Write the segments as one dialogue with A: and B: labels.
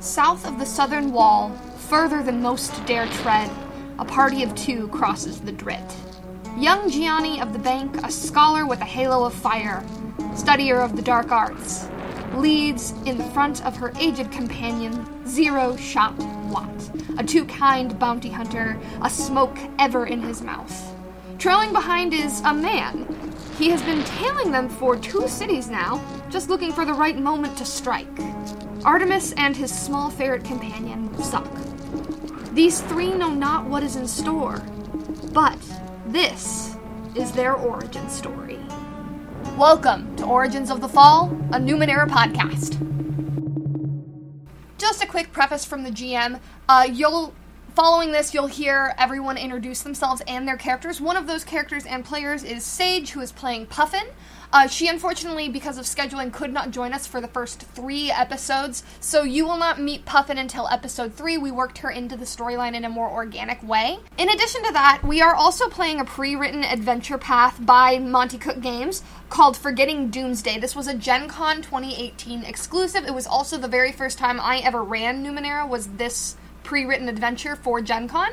A: South of the southern wall, further than most dare tread, a party of two crosses the Drit. Young Gianni of the Bank, a scholar with a halo of fire, studier of the dark arts, leads in the front of her aged companion, Zero Shot Watt, a too kind bounty hunter, a smoke ever in his mouth. Trailing behind is a man. He has been tailing them for two cities now, just looking for the right moment to strike. Artemis and his small ferret companion suck. These three know not what is in store, but this is their origin story. Welcome to Origins of the Fall, a Numenera podcast. Just a quick preface from the GM. Uh, you'll following this, you'll hear everyone introduce themselves and their characters. One of those characters and players is Sage, who is playing Puffin. Uh, she unfortunately, because of scheduling, could not join us for the first three episodes, so you will not meet Puffin until episode three. We worked her into the storyline in a more organic way. In addition to that, we are also playing a pre written adventure path by Monty Cook Games called Forgetting Doomsday. This was a Gen Con 2018 exclusive. It was also the very first time I ever ran Numenera, was this pre-written adventure for Gen Con.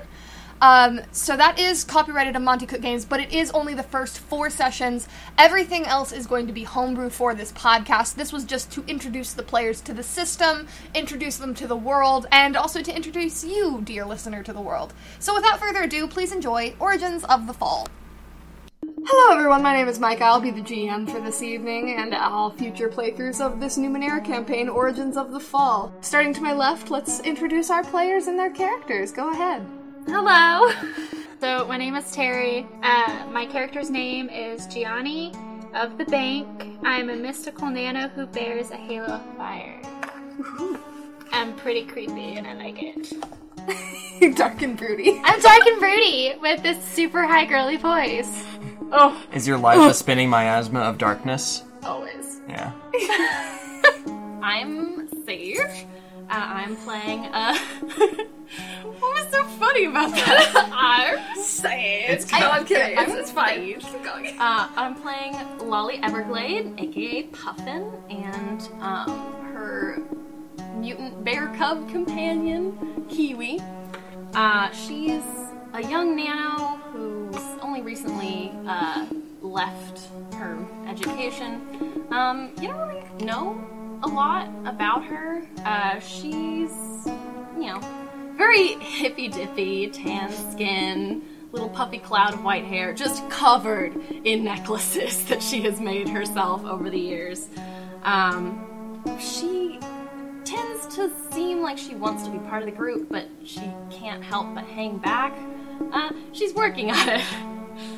A: Um, so that is copyrighted to Monty Cook Games, but it is only the first four sessions. Everything else is going to be homebrew for this podcast. This was just to introduce the players to the system, introduce them to the world, and also to introduce you, dear listener, to the world. So without further ado, please enjoy Origins of the Fall. Hello, everyone. My name is Mike. I'll be the GM for this evening and all future playthroughs of this Numenera campaign, Origins of the Fall. Starting to my left, let's introduce our players and their characters. Go ahead.
B: Hello. So my name is Terry. Uh, my character's name is Gianni of the Bank. I am a mystical nano who bears a halo of fire. I'm pretty creepy and I like it.
A: Dark and broody.
B: I'm dark and broody with this super high girly voice. Oh,
C: Is your life a spinning miasma of darkness?
B: always.
C: Yeah.
D: I'm Sage. Uh, I'm playing. Uh... what was so funny about that? I'm Sage.
C: It's kind of,
D: kidding. I'm it's fine. Uh, I'm playing Lolly Everglade, aka Puffin, and um, her mutant bear cub companion, Kiwi. Uh, she's a young nano who's only recently uh, left her education. Um, you don't really know a lot about her. Uh, she's, you know, very hippy dippy, tan skin, little puppy cloud of white hair, just covered in necklaces that she has made herself over the years. Um, she tends to seem like she wants to be part of the group, but she can't help but hang back. Uh, she's working on it.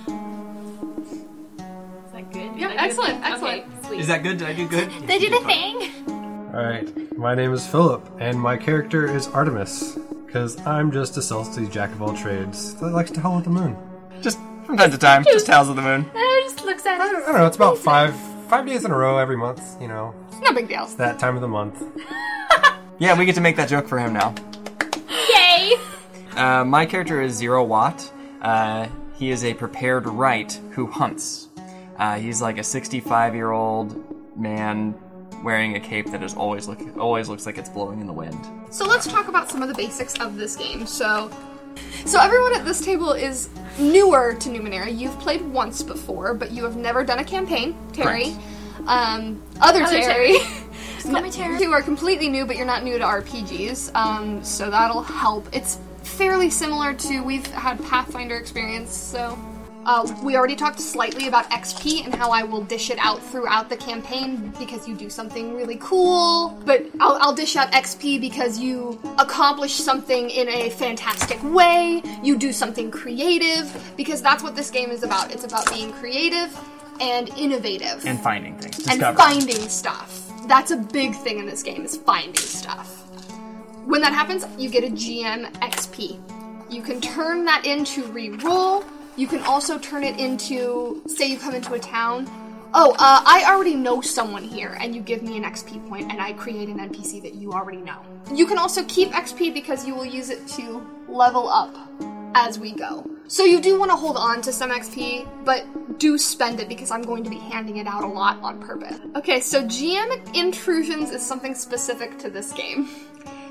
D: Is that good? Did I do the
B: excellent,
D: thing?
B: excellent.
D: Okay, sweet.
C: Is that good? Did I do good?
B: They do the thing.
E: Alright, my name is Philip, and my character is Artemis, because I'm just a salty jack of all trades that likes to howl at the moon.
C: Just from time to time, just Howls of the Moon.
B: Uh, just looks at
E: I don't know, it's about five five days in a row every month, you know,
A: It's no big deal.
E: that time of the month.
C: Yeah, we get to make that joke for him now.
B: Yay!
C: Uh, my character is Zero Watt. Uh, he is a prepared right who hunts. Uh, he's like a 65 year old man wearing a cape that is always look always looks like it's blowing in the wind.
A: So let's talk about some of the basics of this game. So, so everyone at this table is newer to Numenera. You've played once before, but you have never done a campaign, Terry.
C: Correct.
A: Um, other, Terry.
B: Call me Tara.
A: You are completely new, but you're not new to RPGs, um, so that'll help. It's fairly similar to we've had Pathfinder experience, so. Uh, we already talked slightly about XP and how I will dish it out throughout the campaign because you do something really cool. But I'll, I'll dish out XP because you accomplish something in a fantastic way, you do something creative, because that's what this game is about. It's about being creative and innovative
C: And finding things.
A: and
C: Discover.
A: finding stuff. That's a big thing in this game is finding stuff. When that happens, you get a GM XP. You can turn that into re-roll. You can also turn it into say you come into a town. Oh, uh, I already know someone here, and you give me an XP point, and I create an NPC that you already know. You can also keep XP because you will use it to level up as we go. So you do want to hold on to some XP, but do spend it because I'm going to be handing it out a lot on purpose. Okay, so GM intrusions is something specific to this game.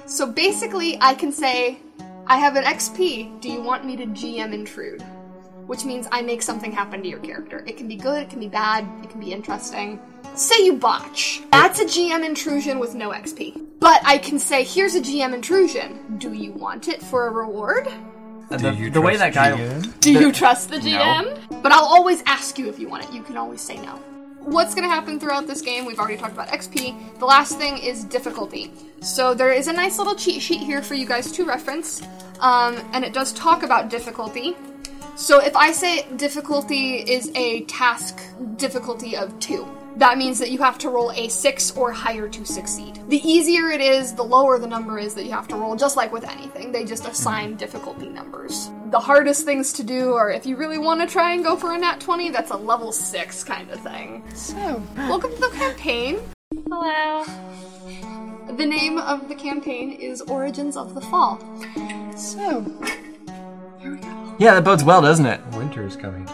A: So basically, I can say, I have an XP. Do you want me to GM intrude? Which means I make something happen to your character. It can be good, it can be bad, it can be interesting. Say you botch. That's a GM intrusion with no XP. But I can say, here's a GM intrusion. Do you want it for a reward?
C: Uh,
E: Do
C: the,
E: you
C: the way that
E: trust
C: guy
E: GM?
A: Do
C: The-
A: you trust the GM? But I'll always ask you if you want it. You can always say no. What's going to happen throughout this game? We've already talked about XP. The last thing is difficulty. So there is a nice little cheat sheet here for you guys to reference, um, and it does talk about difficulty. So if I say difficulty is a task difficulty of two, that means that you have to roll a six or higher to succeed. The easier it is, the lower the number is that you have to roll, just like with anything. They just assign difficulty numbers. The hardest things to do are if you really want to try and go for a nat 20, that's a level six kind of thing. So, welcome to the campaign.
B: Hello.
A: The name of the campaign is Origins of the Fall. So,
C: Yeah, that bodes well, doesn't it?
E: Winter is coming.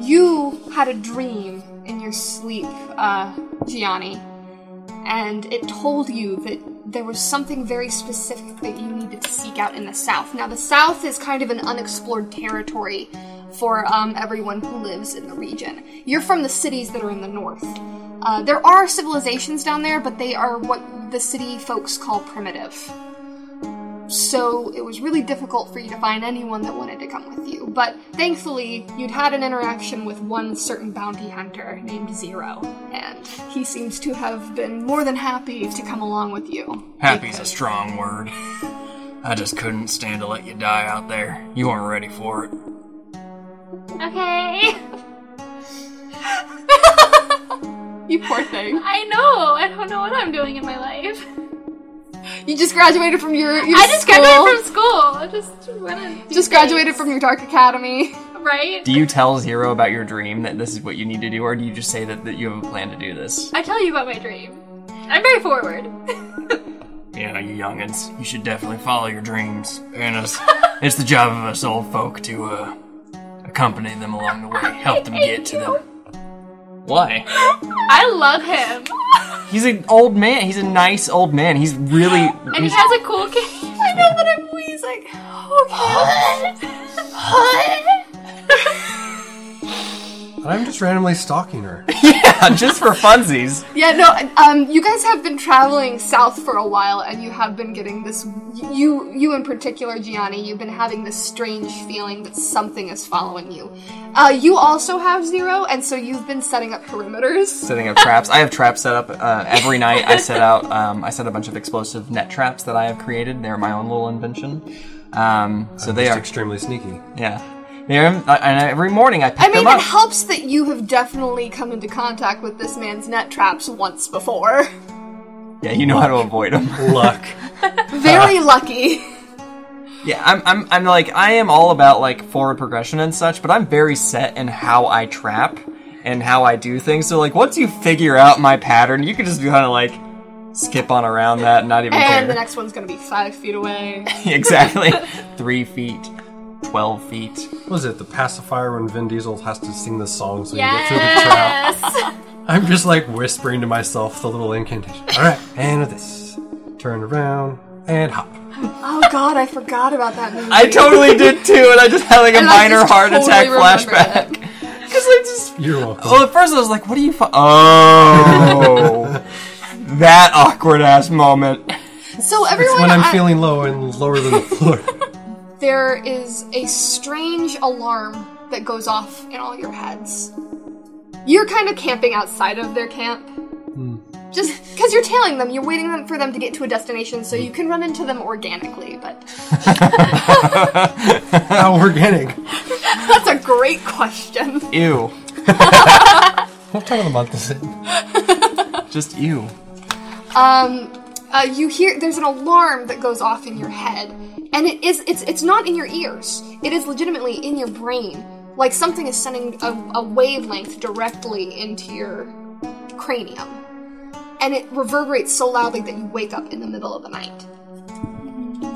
A: You had a dream in your sleep, uh, Gianni, and it told you that there was something very specific that you needed to seek out in the South. Now, the South is kind of an unexplored territory for um, everyone who lives in the region. You're from the cities that are in the North. Uh, there are civilizations down there, but they are what the city folks call primitive so it was really difficult for you to find anyone that wanted to come with you. But thankfully, you'd had an interaction with one certain bounty hunter named Zero, and he seems to have been more than happy to come along with you.
F: Happy's a strong word. I just couldn't stand to let you die out there. You weren't ready for it.
B: Okay.
A: You poor thing.
B: I know. I don't know what I'm doing in my life.
A: You just graduated from your, your
B: I just
A: school.
B: graduated from school. I just wanna do
A: just graduated from your dark academy.
B: things, right.
C: Do you tell Zero about your dream that this is what you need to do, or do you just say that, that you have a plan to do this?
B: I tell you about my dream. I'm very forward.
F: Yeah, you youngins, you should definitely follow your dreams. And it's, it's the job of us old folk to uh, accompany them along the way, help them get to them.
C: Why?
B: I love him,
C: He's an old man. He's a nice old man. He's really.
B: and he
C: he's-
B: has a cool cane. I know, but I'm wheezing.
E: And I'm just randomly stalking her.
C: just for funsies.
A: Yeah, no, um, you guys have been traveling south for a while, and you have been getting this. You, you in particular, Gianni, you've been having this strange feeling that something is following you. Uh, you also have zero, and so you've been setting up perimeters.
C: Setting up traps. I have traps set up uh, every night. I set out. Um, I set a bunch of explosive net traps that I have created. They're my own little invention. Um, so they
E: Just
C: are.
E: extremely sneaky.
C: yeah. They're, uh, and every morning I pick
A: I mean,
C: them up.
A: it helps that you have definitely come into contact with this man's net traps once before.
C: yeah, you know how to avoid them.
E: Luck.
A: Very lucky.
C: Yeah, I'm, I'm, I'm like, I am all about like forward progression and such, but I'm very set in how I trap and how I do things. So like, once you figure out my pattern, you can just kind of like skip on around that, and not even
A: And the
C: care.
A: next one's gonna be five feet away.
C: exactly, three feet, twelve feet.
E: Was it the pacifier when Vin Diesel has to sing the song so you can get through the trap? I'm just like whispering to myself the little incantation. All right, and with this, turn around and hop.
A: Oh god, I forgot about that movie.
C: I totally did too, and I just had like a
A: And I
C: minor
A: just
C: heart
A: totally
C: attack
A: remember
C: flashback. Because I just,
E: You're welcome.
C: oh, at first I was like, what are you? Fu- oh, that awkward ass moment.
A: So everyone,
E: it's when I'm
A: I-
E: feeling low and lower than the floor.
A: there is a strange alarm that goes off in all your heads. You're kind of camping outside of their camp. Just because you're tailing them, you're waiting them- for them to get to a destination so you can run into them organically, but
E: How organic.
A: that's a great question.
C: Ew,
E: What time of the month is it?
C: just ew.
A: Um, uh, you hear there's an alarm that goes off in your head, and it is it's it's not in your ears. It is legitimately in your brain, like something is sending a, a wavelength directly into your cranium, and it reverberates so loudly that you wake up in the middle of the night.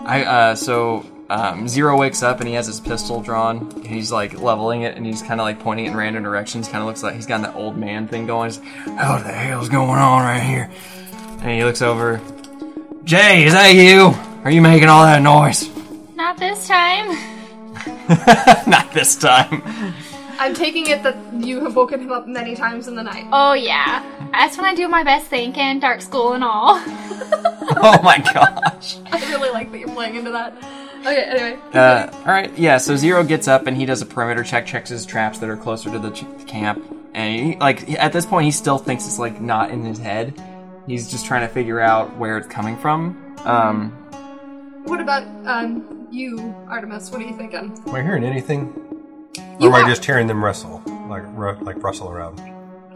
C: I uh, so um, Zero wakes up and he has his pistol drawn. And he's like leveling it and he's kind of like pointing it in random directions. Kind of looks like he's got that old man thing going. He's,
F: What the hell's going on right here?
C: and he looks over.
F: Jay, is that you? Are you making all that noise?
B: Not this time.
C: Not this time.
A: I'm taking it that you have woken him up many times in the night. Uh,
B: Oh yeah, that's when I do my best thinking, dark school and all.
C: Oh my gosh.
D: I really like that you're playing into that. Okay, anyway.
C: Uh, all right, yeah. So Zero gets up and he does a perimeter check, checks his traps that are closer to the ch- camp, and he, like at this point he still thinks it's like not in his head. He's just trying to figure out where it's coming from. Um,
A: What about um you, Artemis? What are you um? thinking?
E: Am I hearing anything?
A: You
E: or am
A: are-
E: I just hearing them wrestle? Like ru- like rustle around.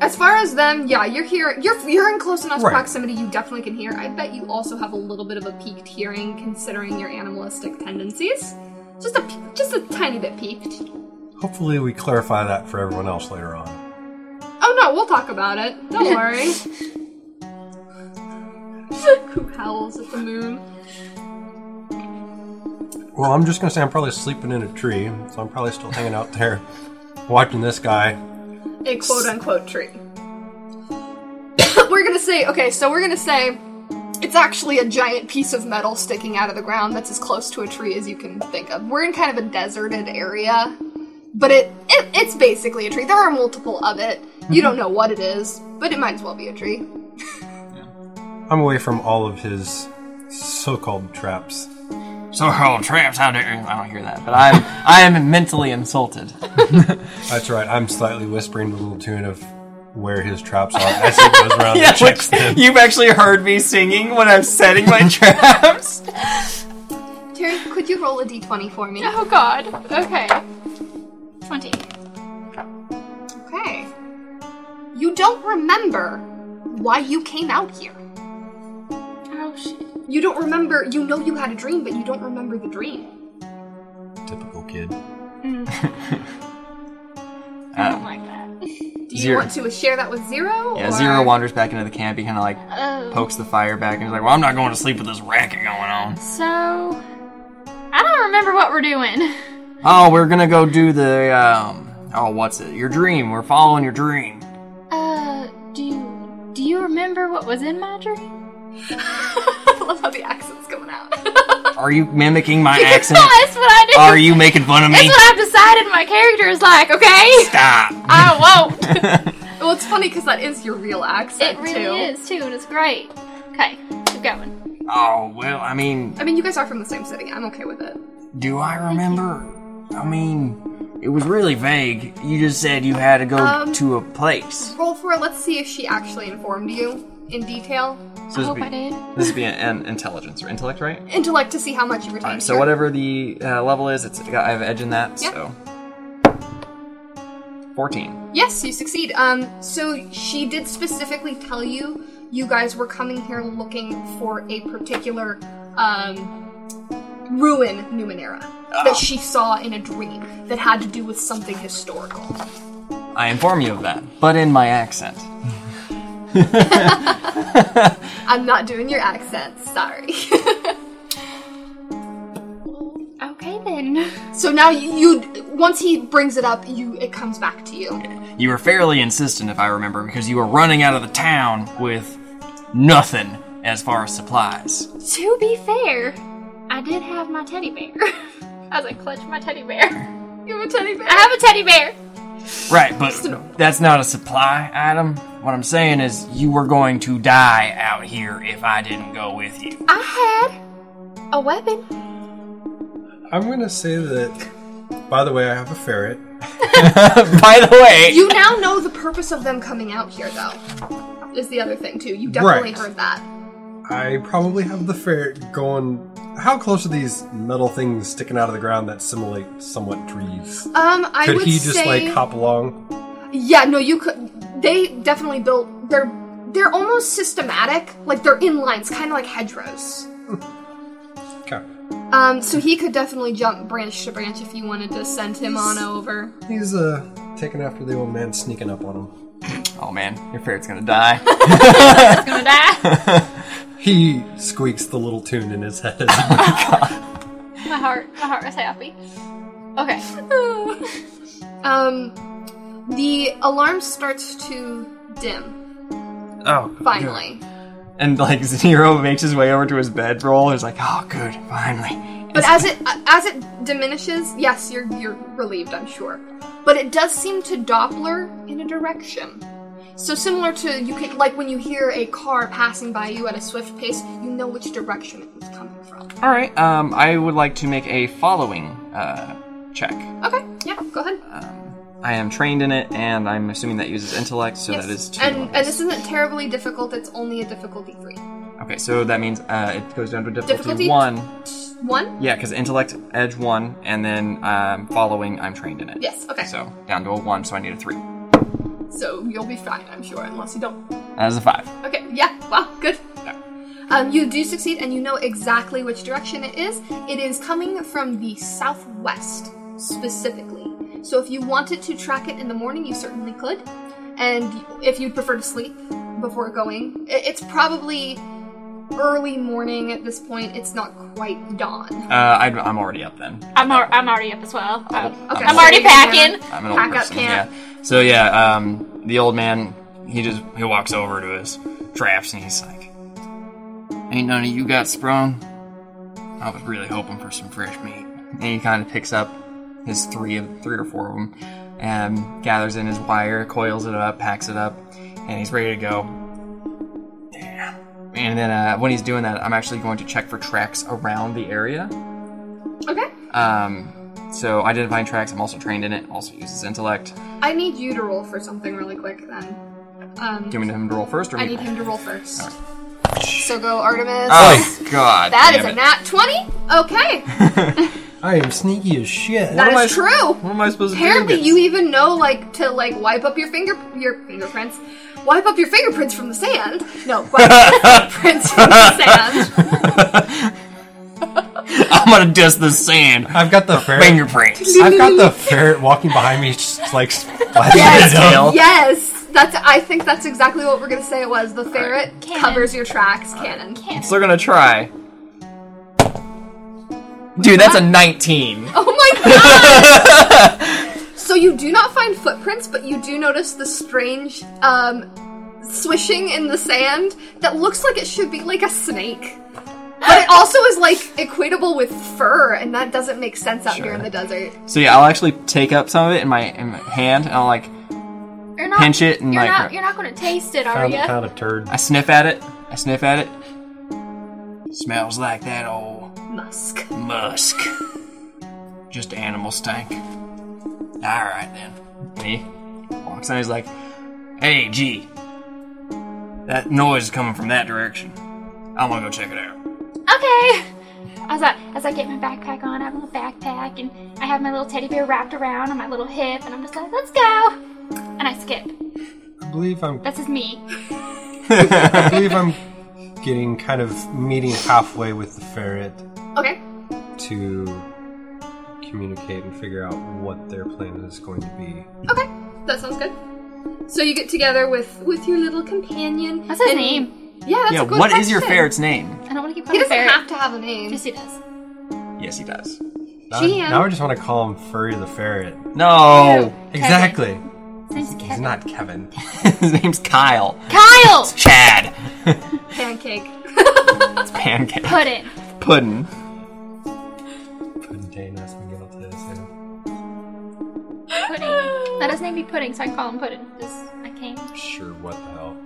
A: As far as them, yeah, you're here. You're you're in close enough
E: Right.
A: proximity. You definitely can hear. I bet you also have a little bit of a peaked hearing, considering your animalistic tendencies. Just a pe- just a tiny bit peaked.
E: Hopefully we clarify that for everyone else later on.
A: Oh no, we'll talk about it. Don't worry. Who howls at the moon?
E: Well, I'm just gonna say I'm probably sleeping in a tree, so I'm probably still hanging out there, watching this guy.
A: a quote unquote tree. we're gonna say, okay, so we're gonna say it's actually a giant piece of metal sticking out of the ground that's as close to a tree as you can think of. We're in kind of a deserted area, but it, it it's basically a tree. There are multiple of it. You don't know what it is, but it might as well be a tree.
E: I'm away from all of his so-called traps.
F: So
C: oh,
F: called traps, how dare you?
C: I don't hear that, but I'm I am mentally insulted.
E: That's right. I'm slightly whispering the little tune of where his traps are as he goes around and checks them.
C: You've actually heard me singing when I'm setting my traps.
A: Terry, could you roll a d20 for me?
B: Oh God. Okay. Twenty.
A: Okay. You don't remember why you came out here.
B: Oh shit.
A: You don't remember, you know you had a dream, but you don't remember the dream.
E: Typical kid.
D: Oh
B: I don't like that.
A: Do you
C: Zero.
A: want to share that with Zero?
C: Yeah,
A: or-
C: Zero wanders back into the camp. He kind of like
B: Oh.
C: pokes the fire back and he's like,
F: Well, I'm not going to sleep with this racket going on.
B: So I don't remember what we're doing.
C: "Oh, we're gonna go do the um, oh, what's it? Your dream. We're following your dream."
B: Uh, do you do you remember what was in my dream?
A: I love how the accent's going out.
C: Are you mimicking my
B: That's
C: accent? E
B: what I do.
C: Are you making fun of
B: That's
C: me?
B: what I've decided. My character is like, okay,
C: Stop.
B: I won't.
A: well, it's funny because that is your real accent,
B: It really
A: too.
B: is too, and it's great. Okay, keep going.
C: Oh well, I mean,
A: I mean, you guys are from the same city. I'm okay with it.
C: do I remember? I mean, it was really vague. You just said you had to go
A: Um,
C: to a place.
A: Roll for it. Let's see if she actually informed you in detail.
C: So
B: I hope I did.
C: This would be an, an intelligence or intellect, right?
A: Intellect to see how much you retained.
C: All right. So
A: here.
C: whatever the uh, level is, it's I have edge in that.
A: Yeah.
C: So fourteen.
A: Yes, you succeed. Um, so she did specifically tell you you guys were coming here looking for a particular um, ruin Numenera
C: Oh.
A: that she saw in a dream that had to do with something historical.
C: I inform you of that, but in my accent.
A: I'm not doing your accent. Sorry.
B: Okay then.
A: so now you, you, once he brings it up, you it comes back to you.
C: You were fairly insistent, if I remember, because you were running out of the town with nothing as far as supplies.
B: To be fair, I did have my teddy bear. As I clutched my teddy bear.
A: You have a teddy bear.
B: I have a teddy bear.
C: Right, but that's not a supply item. What I'm saying is, you were going to die out here if I didn't go with you.
B: I had a weapon.
E: I'm gonna say that. By the way, I have a ferret.
C: By the way,
A: You now know the purpose of them coming out here, though. Is the other thing too. You definitely
E: Right.
A: heard that.
E: I probably have the ferret going. How close are these metal things sticking out of the ground that simulate somewhat trees?
A: Um, I
E: Could
A: would
E: he just
A: say,
E: like hop along?
A: yeah, no, you could. They definitely built. They're they're almost systematic. Like they're in lines, kind of like hedgerows.
E: Okay.
A: Um, so he could definitely jump branch to branch if you wanted to send him on over.
E: He's uh taking after the old man, sneaking up on him.
C: oh man, your ferret's gonna die.
B: It's gonna die.
E: He squeaks the little tune in his head. as
B: my heart, my heart was happy. Okay.
A: Um, the alarm starts to dim.
C: oh,
A: Finally,
C: And like Zero makes his way over to his bedroll. He's like, "Oh, good, finally."
A: But as it as it diminishes, yes, you're you're relieved, I'm sure. But it does seem to Doppler in a direction. So similar to you can like when you hear a car passing by you at a swift pace, you know which direction it was coming from.
C: All right. Um, I would like to make a following uh, check. Um,
A: Okay, yeah, go ahead.
C: Uh, I am trained in it, and I'm assuming that uses intellect, so
A: Yes.
C: that is two.
A: and
C: levels.
A: and this isn't terribly difficult. It's only a difficulty three.
C: okay, so that means uh, it goes down to difficulty,
A: Difficulty?
C: one.
A: One.
C: Yeah, because intellect edge one, and then um, following I'm trained in it.
A: Yes. Okay. So,
C: So down to a one, so I need a three.
A: you'll be fine, I'm sure, unless you don't.
C: That is a five.
A: Okay. Yeah. Wow. Good. Um, you do succeed, and you know exactly which direction it is. It is coming from the southwest specifically. So if you wanted to track it in the morning, you certainly could. And if you'd prefer to sleep before going, i- it's probably early morning at this point. It's not quite dawn.
C: Uh, I, I'm already up then.
B: I'm, al- I'm already up as well. Um,
A: Okay.
B: I'm already
A: so you're gonna-
B: packing.
C: I'm an old
A: Pack up
C: person.
A: camp.
C: Yeah. So yeah, um, the old man he just he walks over to his traps and he's like, "Ain't none of you got sprung. I was really hoping for some fresh meat." And he kind of picks up his three of three or four of them and gathers in his wire, coils it up, packs it up, and he's ready to go. Damn. And then uh, when he's doing that, I'm actually going to check for tracks around the area.
A: Okay.
C: Um, so identifying tracks. I'm also trained in it. Also uses intellect.
A: I need you to roll for something really quick then. Um,
C: Do you want him to roll first or
A: I
C: me?
A: need him to roll first. So go, Artemis.
C: Oh God!
A: That is
C: damn
A: a
C: it.
A: nat 20? Okay,
E: I am sneaky as shit.
A: that
C: am
A: is
C: I-
A: true.
C: What am I supposed to do?
A: Apparently,
C: with
A: you even know like to like wipe up your finger your fingerprints, wipe up your fingerprints from the sand. No, wipe up your fingerprints from the sand.
C: this? I'm gonna dust the sand.
E: I've got the ferret.
C: Fingerprints.
E: I've got the ferret walking behind me, just like splashing
A: Yes.
E: it up.
A: Yes, that's. I think that's exactly what we're gonna say. It was the ferret
B: Cannon.
A: covers your tracks. Cannon.
C: I'm still gonna try. Dude, that's a 19.
A: Oh my god! so you do not find footprints, but you do notice the strange um, swishing in the sand that looks like it should be like a snake. But it also is like equatable with fur, and that doesn't make sense out here in the desert.
C: So yeah, I'll actually take up some of it in my, in my hand and I'll like
B: You're not,
C: pinch it and
B: you're
C: like
B: not, you're not going to taste it, are
E: Found,
B: you?
E: found a turd.
C: I sniff at it. I sniff at it. Smells like that old
A: Musk.
C: musk. Just animal stank. Alright then. And he walks in, he's like, Hey G. That noise is coming from that direction. I wanna go check it out.
B: Okay. As I as I get my backpack on, I have a little backpack and I have my little teddy bear wrapped around on my little hip, and I'm just like, let's go. And I skip.
E: I believe I'm.
B: This is me.
E: I believe I'm getting kind of meeting halfway with the ferret
A: Okay.
E: to communicate and figure out what their plan is going to be.
A: Okay. That sounds good. So you get together with with your little companion.
B: What's his
A: and-
B: name?
A: Yeah, that's
C: yeah,
A: a good
C: what is your
A: question.
C: ferret's name?
B: I don't want to keep
A: He
B: calling
A: doesn't
B: ferret.
A: have to have a name.
B: Yes, he does.
C: Yes he does.
E: Now,
A: GM.
E: now I just want to call him Furry the ferret.
C: No!
E: Exactly.
B: His name's Kevin.
E: He's not Kevin.
C: His name's Kyle.
B: Kyle.
C: Chad.
A: Pancake.
C: It's pancake.
B: Put it.
C: Puddin.
E: Couldn't take us and get up to this, yeah.
B: Pudding. Let his name be Pudding, so I can call him Pudding. Just I can't.
E: Sure, what the hell.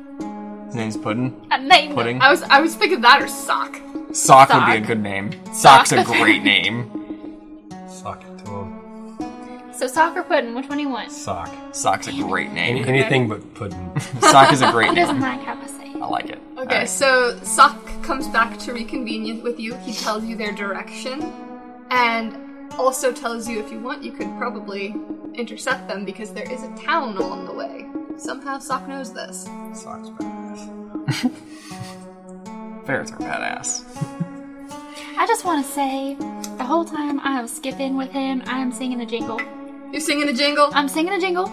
C: His name's Puddin.
B: I named him.
C: Pudding.
A: I was I was thinking that or sock.
C: Sock, would
B: Sock.
C: be a good name. Sock's a
B: Sock.
C: great name.
E: Sock it to him.
B: So soccer pudding. Which one do you want?
E: Sock.
C: Sock's a great
E: Any-
C: name.
E: anything but pudding.
C: Sock is a great
B: He
C: name.
B: doesn't like how I say. it.
C: I like it.
A: Okay,
C: Alright.
A: so Sok comes back to reconvene with you. He tells you their direction, and also tells you if you want, you could probably intercept them because there is a town along the way. Somehow Sok knows this.
E: Sock's badass.
C: Ferrets are badass.
B: I just want to say, the whole time I was skipping with him, I am singing a jingle.
A: You're singing a jingle.
B: I'm singing a jingle,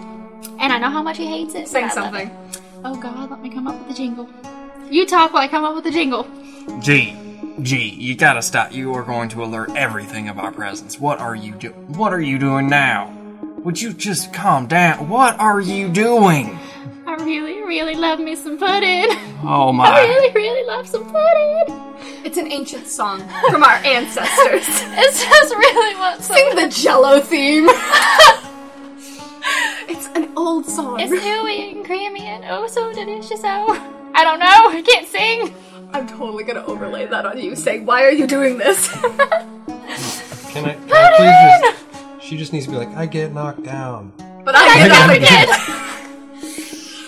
B: and I know how much he hates it.
A: Sing
B: but I love
A: something.
B: it. Oh God, let me come up with a jingle. You talk while I come up with a jingle.
F: G, G, you gotta stop. You are going to alert everything of our presence. What are you do? What are you doing now? Would you just calm down? What are you doing?
B: I really, really love me some pudding.
F: Oh
B: I
F: my!
B: really, really left some footage.
A: It's an ancient song from our ancestors.
B: It says really what's
A: Sing the Jello theme. it's an old song.
B: It's Hooey and creamy and oh so delicious. Oh, I don't know. I can't sing.
A: I'm totally gonna overlay that on you, saying, "Why are you doing this?"
E: Can I, can I please just. She just needs to be like, I get knocked down.
A: But I
E: I
A: get
E: got
A: up
E: it.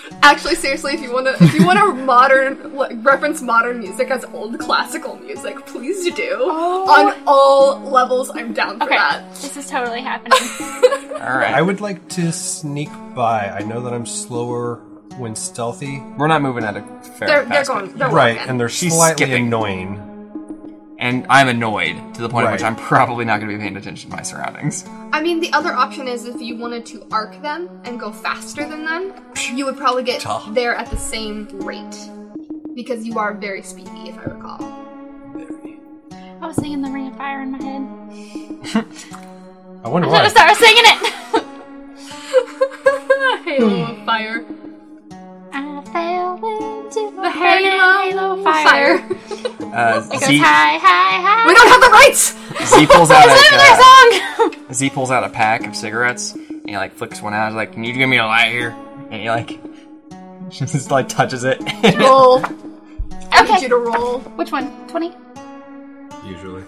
A: again. Actually, seriously, if you want to, if you want to modern like, reference modern music as old classical music, please do. On all levels, I'm down for
B: Okay,
A: that.
B: this is totally happening.
C: All
E: I
C: right,
E: would like to sneak by. I know that I'm slower when stealthy.
C: we're not moving at a
A: They're
C: fair
A: they're
C: fast
A: going.
C: pace.
A: They're
E: Right,
A: walking.
E: and they're
C: She's
E: slightly
C: skipping.
E: annoying.
C: and I'm annoyed to the point at which
E: Right.
C: I'm probably not going to be paying attention to my surroundings.
A: I mean, the other option is if you wanted to arc them and go faster than them, you would probably get
E: Tough.
A: there at the same rate because you are very speedy, if I recall.
B: I was singing the Ring of Fire in my head.
E: I wonder
B: I
E: why.
B: was singing it.
D: Halo of fire.
B: I fell into
A: The
B: a halo, halo fire.
C: Uh,
B: It goes
C: Z,
B: high, high, high.
A: We don't have the rights.
C: Z pulls out
B: It's
C: a,
B: not
C: uh,
B: their song.
C: Z pulls out a pack of cigarettes and he like flicks one out. He's like, "Can you give me a light here?" And he like just like touches it.
A: Roll. I need
B: Okay.
A: you to roll.
B: Which one? Twenty?
E: Usually.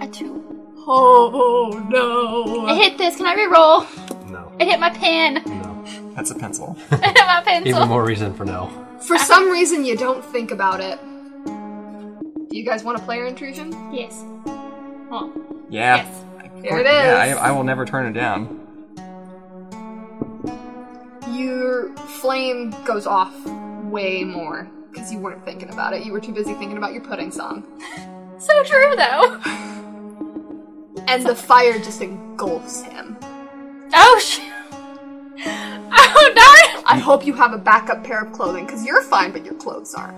B: A two.
A: Oh no.
B: It hit this. Can I re-roll?
E: No.
B: It hit my pen. It
E: No.
C: That's a pencil.
B: hit my pencil.
E: Even more reason for no.
A: For some reason, you don't think about it. Do you guys want a player intrusion?
B: yes. Oh.
C: Yeah.
B: Yes.
A: There it is.
C: Yeah, I, I will never turn it down.
A: Your flame goes off way more because you weren't thinking about it. You were too busy thinking about your pudding song.
B: So true though.
A: And the fire just engulfs him.
B: Oh sh. Oh darn.
A: I hope you have a backup pair of clothing because you're fine, but your clothes aren't.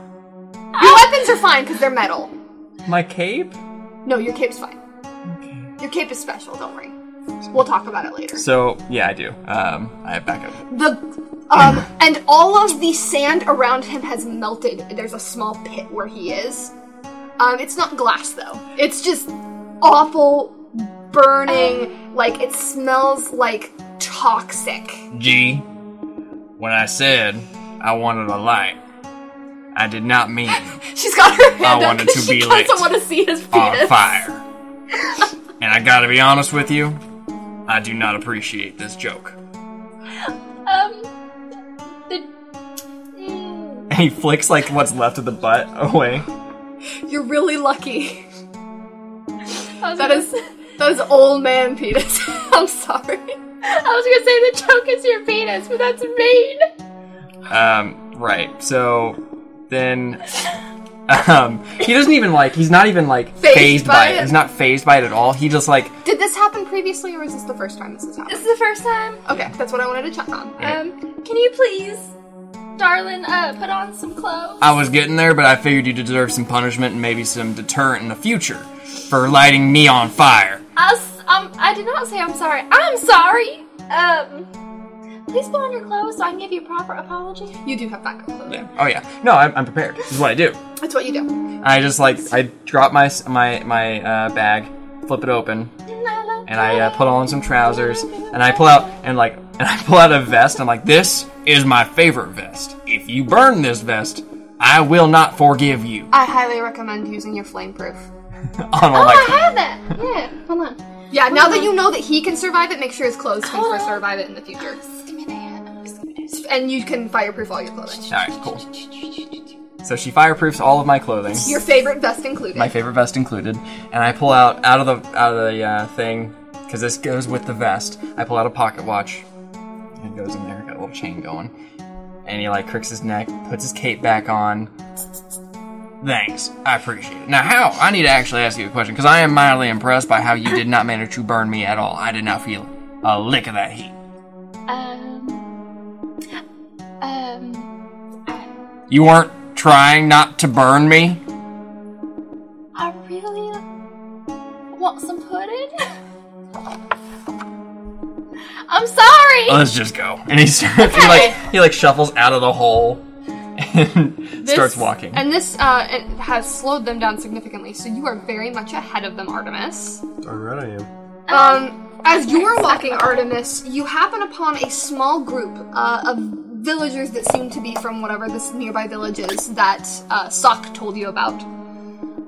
A: Your weapons are fine because they're metal.
C: My cape.
A: No, your cape's fine. Your cape is special, don't worry. We'll talk about it later.
C: So yeah, I do. Um, I have backup.
A: The um and all of the sand around him has melted. There's a small pit where he is. Um, it's not glass though. It's just awful, burning. Like it smells like toxic.
F: G, when I said I wanted a light, I did not mean
A: She's got her hand
F: I
A: up
F: wanted
A: 'cause
F: to be
A: she doesn't
F: lit.
A: want to see his
F: on
A: penis.
F: fire. And I gotta be honest with you, I do not appreciate this joke.
B: Um. The. Mm.
C: And he flicks like what's left of the butt away.
A: You're really lucky.
B: I was
A: That
B: gonna
A: is that is old man penis. I'm sorry.
B: I was gonna say the joke is your penis, but that's mean.
C: Um, right. So then um he doesn't even like he's not even like
A: Phased
C: phased,
A: by
C: by it.
A: it.
C: He's not phased by it at all. He just like
A: Did this happen previously, or is this the first time this has
B: This is
A: happened?
B: the first time.
A: Okay, that's what I wanted to check on.
B: Um, can you please, darling, uh, put on some clothes?
F: I was getting there, but I figured you deserve some punishment and maybe some deterrent in the future for lighting me on fire.
B: I, s- um, I did not say I'm sorry. I'm sorry. Um, please put on your clothes so I can give you a proper apology.
A: You do have backup clothing.
C: oh yeah. No, I'm, I'm prepared. This is what I do.
A: That's what you do.
C: I just like I drop my my my uh, bag, flip it open, and I uh, put on some trousers, and I pull out and like and I pull out a vest. I'm like, this
F: Is my favorite vest. If you burn this vest, I will not forgive you.
A: I highly recommend using your flameproof.
C: on all
B: Oh, I
C: my.
B: have that. Yeah, hold on.
A: Yeah, now that you know that he can survive it, make sure his clothes can
B: Hold on.
A: survive it in the future.
B: Just give me that. Just give me that.
A: And you can fireproof all your clothing.
C: All right, cool. So she fireproofs all of my clothing,
A: Your favorite vest included.
C: my favorite vest included, and I pull out out of the out of the uh, thing because this goes with the vest. I pull out a pocket watch. and It goes in there. Got a little chain going, and he like cricks his neck, puts his cape back on,
F: Thanks, I appreciate it. Now, how? I need to actually ask you a question because I am mildly impressed by how you did not manage to burn me at all. I did not feel a lick of that heat.
B: Um, um,
F: You weren't trying not to burn me?
B: I really want some pudding. I'm sorry.
C: Uh,
F: Let's just go. And he starts, he like he like shuffles out of the hole.
C: and
A: This-
C: starts walking.
A: And this uh, it has slowed them down significantly, so you are very much ahead of them, Artemis.
E: Darn right I am.
A: Um, as you are walking, Artemis, you happen upon a small group uh, of villagers that seem to be from whatever this nearby village is that uh, Sock told you about.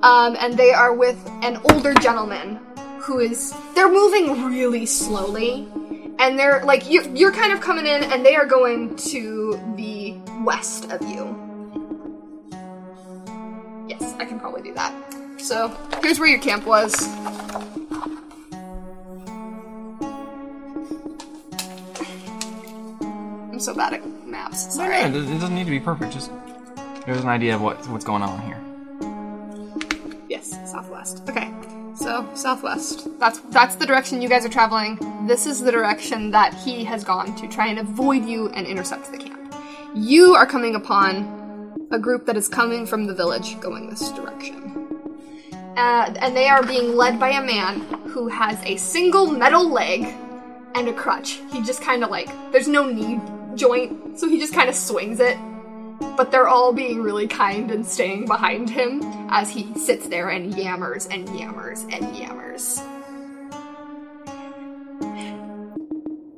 A: Um, and they are with an older gentleman who is. They're moving really slowly, and they're like you're, you're kind of coming in, and they are going to the west of you. Yes, I can probably do that. So here's where your camp was. I'm so bad at maps. Sorry.
C: Yeah, it doesn't it doesn't need to be perfect. Just there's an idea of what what's going on here.
A: Yes, southwest. Okay. So, southwest. That's that's the direction you guys are traveling. This is the direction that he has gone to try and avoid you and intercept the camp. You are coming upon a group that is coming from the village going this direction. Uh, and they are being led by a man who has a single metal leg and a crutch. He just kind of like there's no knee joint, so he just kind of swings it but they're all being really kind and staying behind him as he sits there and yammers and yammers and yammers.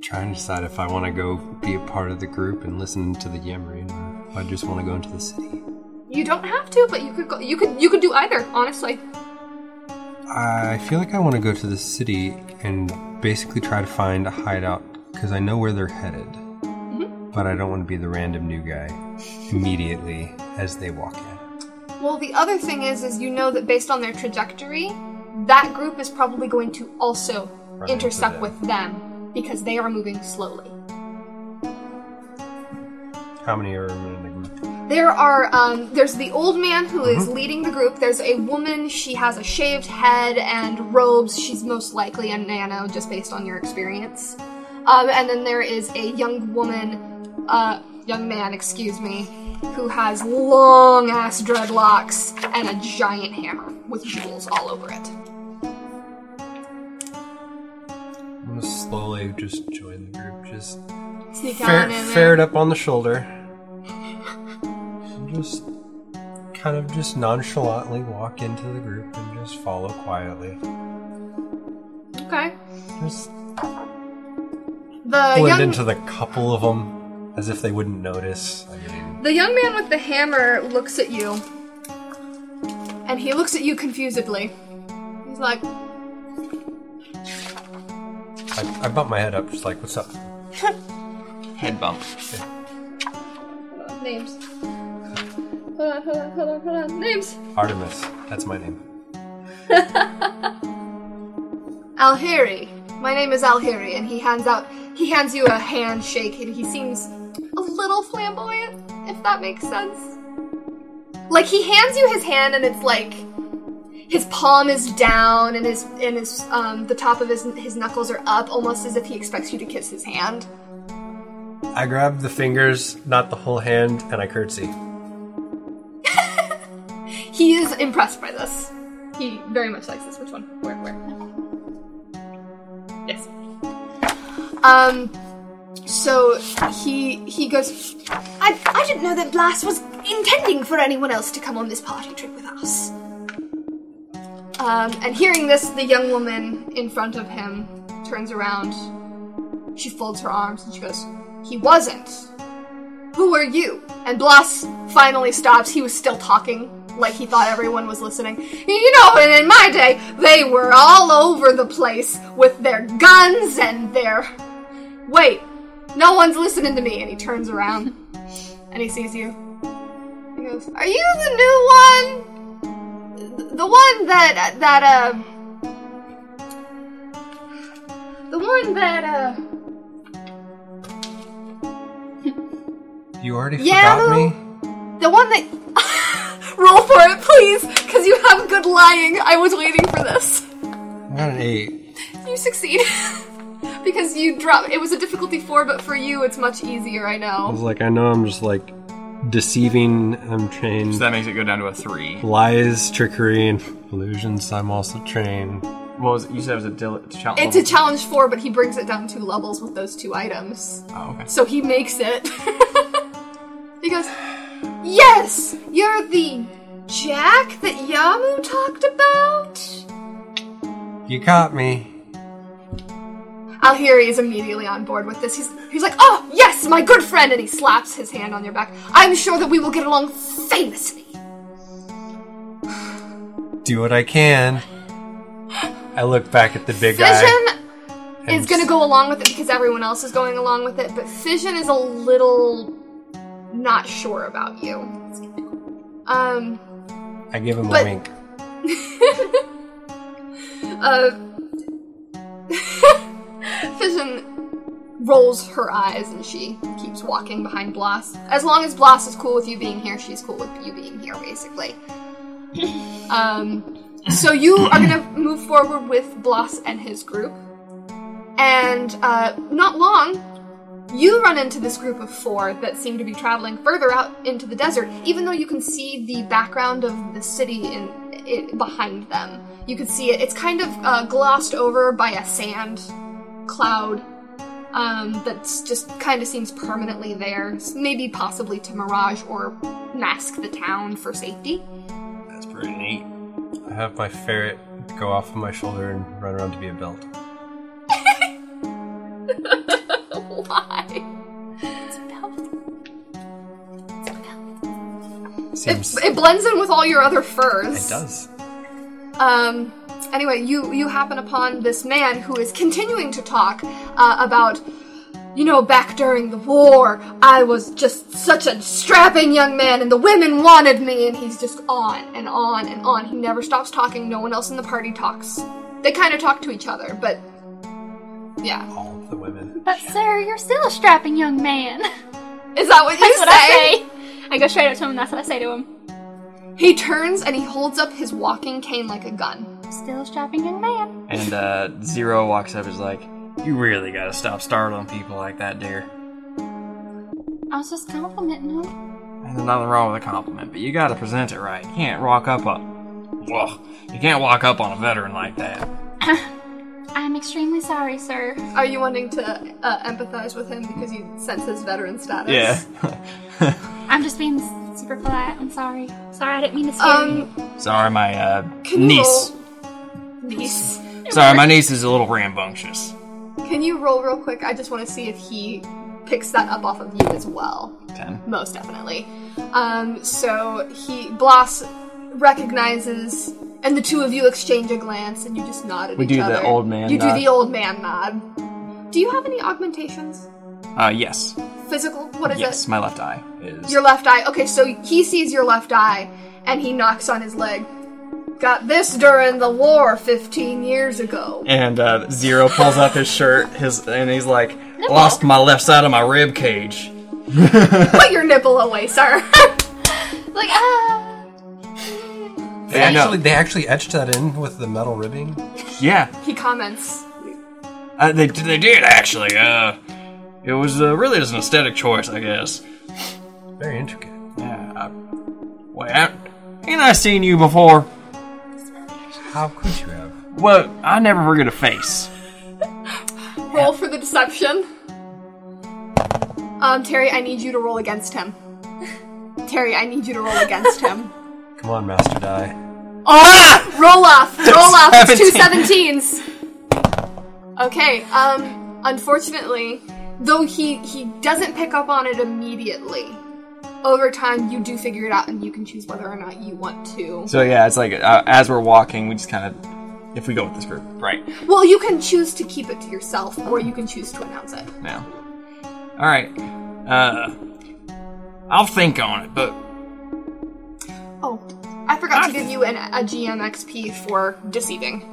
E: Trying to decide if I want to go be a part of the group and listen to the yammering, or if I just want to go into the city.
A: You don't have to, but you could go, you could you could do either, honestly.
E: I feel like I want to go to the city and basically try to find a hideout because I know where they're headed. But I don't want to be the random new guy immediately as they walk in.
A: Well, the other thing is is you know that based on their trajectory, that group is probably going to also
E: Run
A: intersect
E: into them.
A: with them because they are moving slowly.
E: How many are in the group?
A: There are um, there's the old man who is
E: Mm-hmm.
A: leading the group. There's a woman. She has a shaved head and robes. She's most likely a nano, just based on your experience. Um, and then there is a young woman, uh, young man, excuse me, who has long ass dreadlocks and a giant hammer with jewels all over it.
E: I'm gonna slowly just join the group. Just
A: Sneak
E: fair,
A: on in there.
E: fared up on the shoulder. And just kind of just nonchalantly walk into the group and just follow quietly.
A: Okay.
E: Just
A: The
E: blend
A: young
E: into the couple of them as if they wouldn't notice. I mean,
A: The young man with the hammer looks at you. And he looks at you confusedly. He's like,
E: I, I bump my head up, just like, "What's up?"
C: Head bump.
A: names. Hold on, hold on, hold on, hold on. Names!
E: Artemis, that's my name.
A: Alheri. My name is Alheri, and he hands out, he hands you a handshake, and he seems a little flamboyant, if that makes sense. Like, he hands you his hand, and it's like, his palm is down, and his, and his, um, the top of his, his knuckles are up, almost as if he expects you to kiss his hand.
E: I grab the fingers, not the whole hand, and I curtsy.
A: He is impressed by this. He very much likes this. Which one? Where? Where? Yes. Um. So he he goes. I I didn't know that Blas was intending for anyone else to come on this party trip with us. Um. And hearing this, the young woman in front of him turns around. She folds her arms and she goes, "He wasn't." Who are you? And Blas finally stops. He was still talking, like he thought everyone was listening. You know, and in my day, they were all over the place with their guns and their. Wait, no one's listening to me. And he turns around and he sees you. He goes, Are you the new one? Th- The one that, that, uh. The one that, uh.
E: You already
A: Yeah,
E: forgot
A: no.
E: me.
A: The one that. Roll for it, please, because you have good lying. I was waiting for this.
E: I got an eight.
A: You succeed. because you drop. It was a difficulty four, but for you, it's much easier, I
E: I was
A: know.
E: like, I know I'm just like deceiving. I'm trained.
C: So that makes it go down to a three.
E: Lies, trickery, and illusions. I'm also trained.
C: What was it? You said it was a dil- challenge.
A: It's a challenge four, but he brings it down two levels with those two items.
C: Oh, okay.
A: So he makes it. he goes, Yes, you're the Jack that Yamu talked about.
E: You caught me.
A: Alhiri is immediately on board with this. He's he's like, oh yes, my good friend, and he slaps his hand on your back. I'm sure that we will get along famously.
E: Do what I can. I look back at the big guy.
A: Fission is going to go along with it because everyone else is going along with it, but Fission is a little not sure about you. Um,
E: I give him
A: but-
E: a wink.
A: uh, Fission rolls her eyes and she keeps walking behind Bloss. As long as Bloss is cool with you being here, she's cool with you being here, basically. um, so you are gonna move forward with Bloss and his group, and uh, not long. You run into this group of four that seem to be traveling further out into the desert, even though you can see the background of the city in it, behind them. You can see it; it's kind of uh, glossed over by a sand cloud um, that's just kind of seems permanently there. It's Maybe possibly to mirage or mask the town for safety.
E: That's pretty neat. I have my ferret go off of my shoulder and run around to be a belt.
A: Why? It,
E: Seems
A: it blends in with all your other furs.
E: it does.
A: Um. Anyway, you you happen upon this man who is continuing to talk uh, about, you know, back during the war, I was just such a strapping young man, and the women wanted me, and he's just on and on and on. He never stops talking. No one else in the party talks. They kind of talk to each other, but yeah,
E: All of the women.
B: But sir, you're still a strapping young man.
A: is that what you
B: That's what I say. I go straight up to him. and That's what I say to him.
A: He turns and he holds up his walking cane like a gun.
B: Still a strapping young man.
C: And uh, Zero walks up and is like, You really gotta stop startling people like that, dear.
B: I was just complimenting him.
C: There's nothing wrong with a compliment, but you gotta present it right. You can't walk up on. Ugh, you can't walk up on a veteran like that.
B: I'm extremely sorry, sir.
A: Are you wanting to uh, empathize with him because you sense his veteran status?
B: I'm just being s- super polite. I'm sorry. Sorry, I didn't mean to scare
A: Um,
B: you.
C: Sorry, my uh,
A: Can you
C: niece.
A: niece.
C: Sorry, my niece is a little rambunctious.
A: Can you roll real quick? I just want to see if he picks that up off of you as well.
C: Ten.
A: Most definitely. Um, so he Bloss recognizes, and the two of you exchange a glance, and you just nod at
C: We
A: each
C: do the
A: other.
C: old man
A: You
C: nod.
A: do the old man nod. Do you have any augmentations?
C: Uh, yes.
A: Physical? What is
C: Yes,
A: it?
C: my left eye is.
A: Your left eye. Okay, so he sees your left eye, and he knocks on his leg. Got this during the war 15 years ago.
C: and uh, Zero pulls up his shirt, his, and he's like, "Lost my left side of my rib cage."
A: Put your nipple away, sir.
B: Like ah.
E: They
C: Yeah, I know.
E: actually, they actually etched that in with the metal ribbing.
C: Yeah,
A: He comments.
C: uh, they they did actually. Uh, it was uh, really just an aesthetic choice, I guess.
E: Very intricate.
C: Yeah. I, wait, I, ain't I seen you before?
E: How could you have?
C: Well, I never forget a face.
A: Roll for the deception. Um, Terry, I need you to roll against him. Terry, I need you to roll against him.
E: Come on, Master Die.
A: Oh! Roll off! Roll off! It's two
C: Seventeen.
A: seventeens! Okay, um, unfortunately, though he, he doesn't pick up on it immediately, over time you do figure it out and you can choose whether or not you want to.
C: So yeah, it's like uh, as we're walking, we just kind of, if we go with this group, right
A: Well, you can choose to keep it to yourself or you can choose to announce it.
C: now. All right. Uh, I'll think on it, but
A: Oh, I forgot to give you an, a GM XP for deceiving.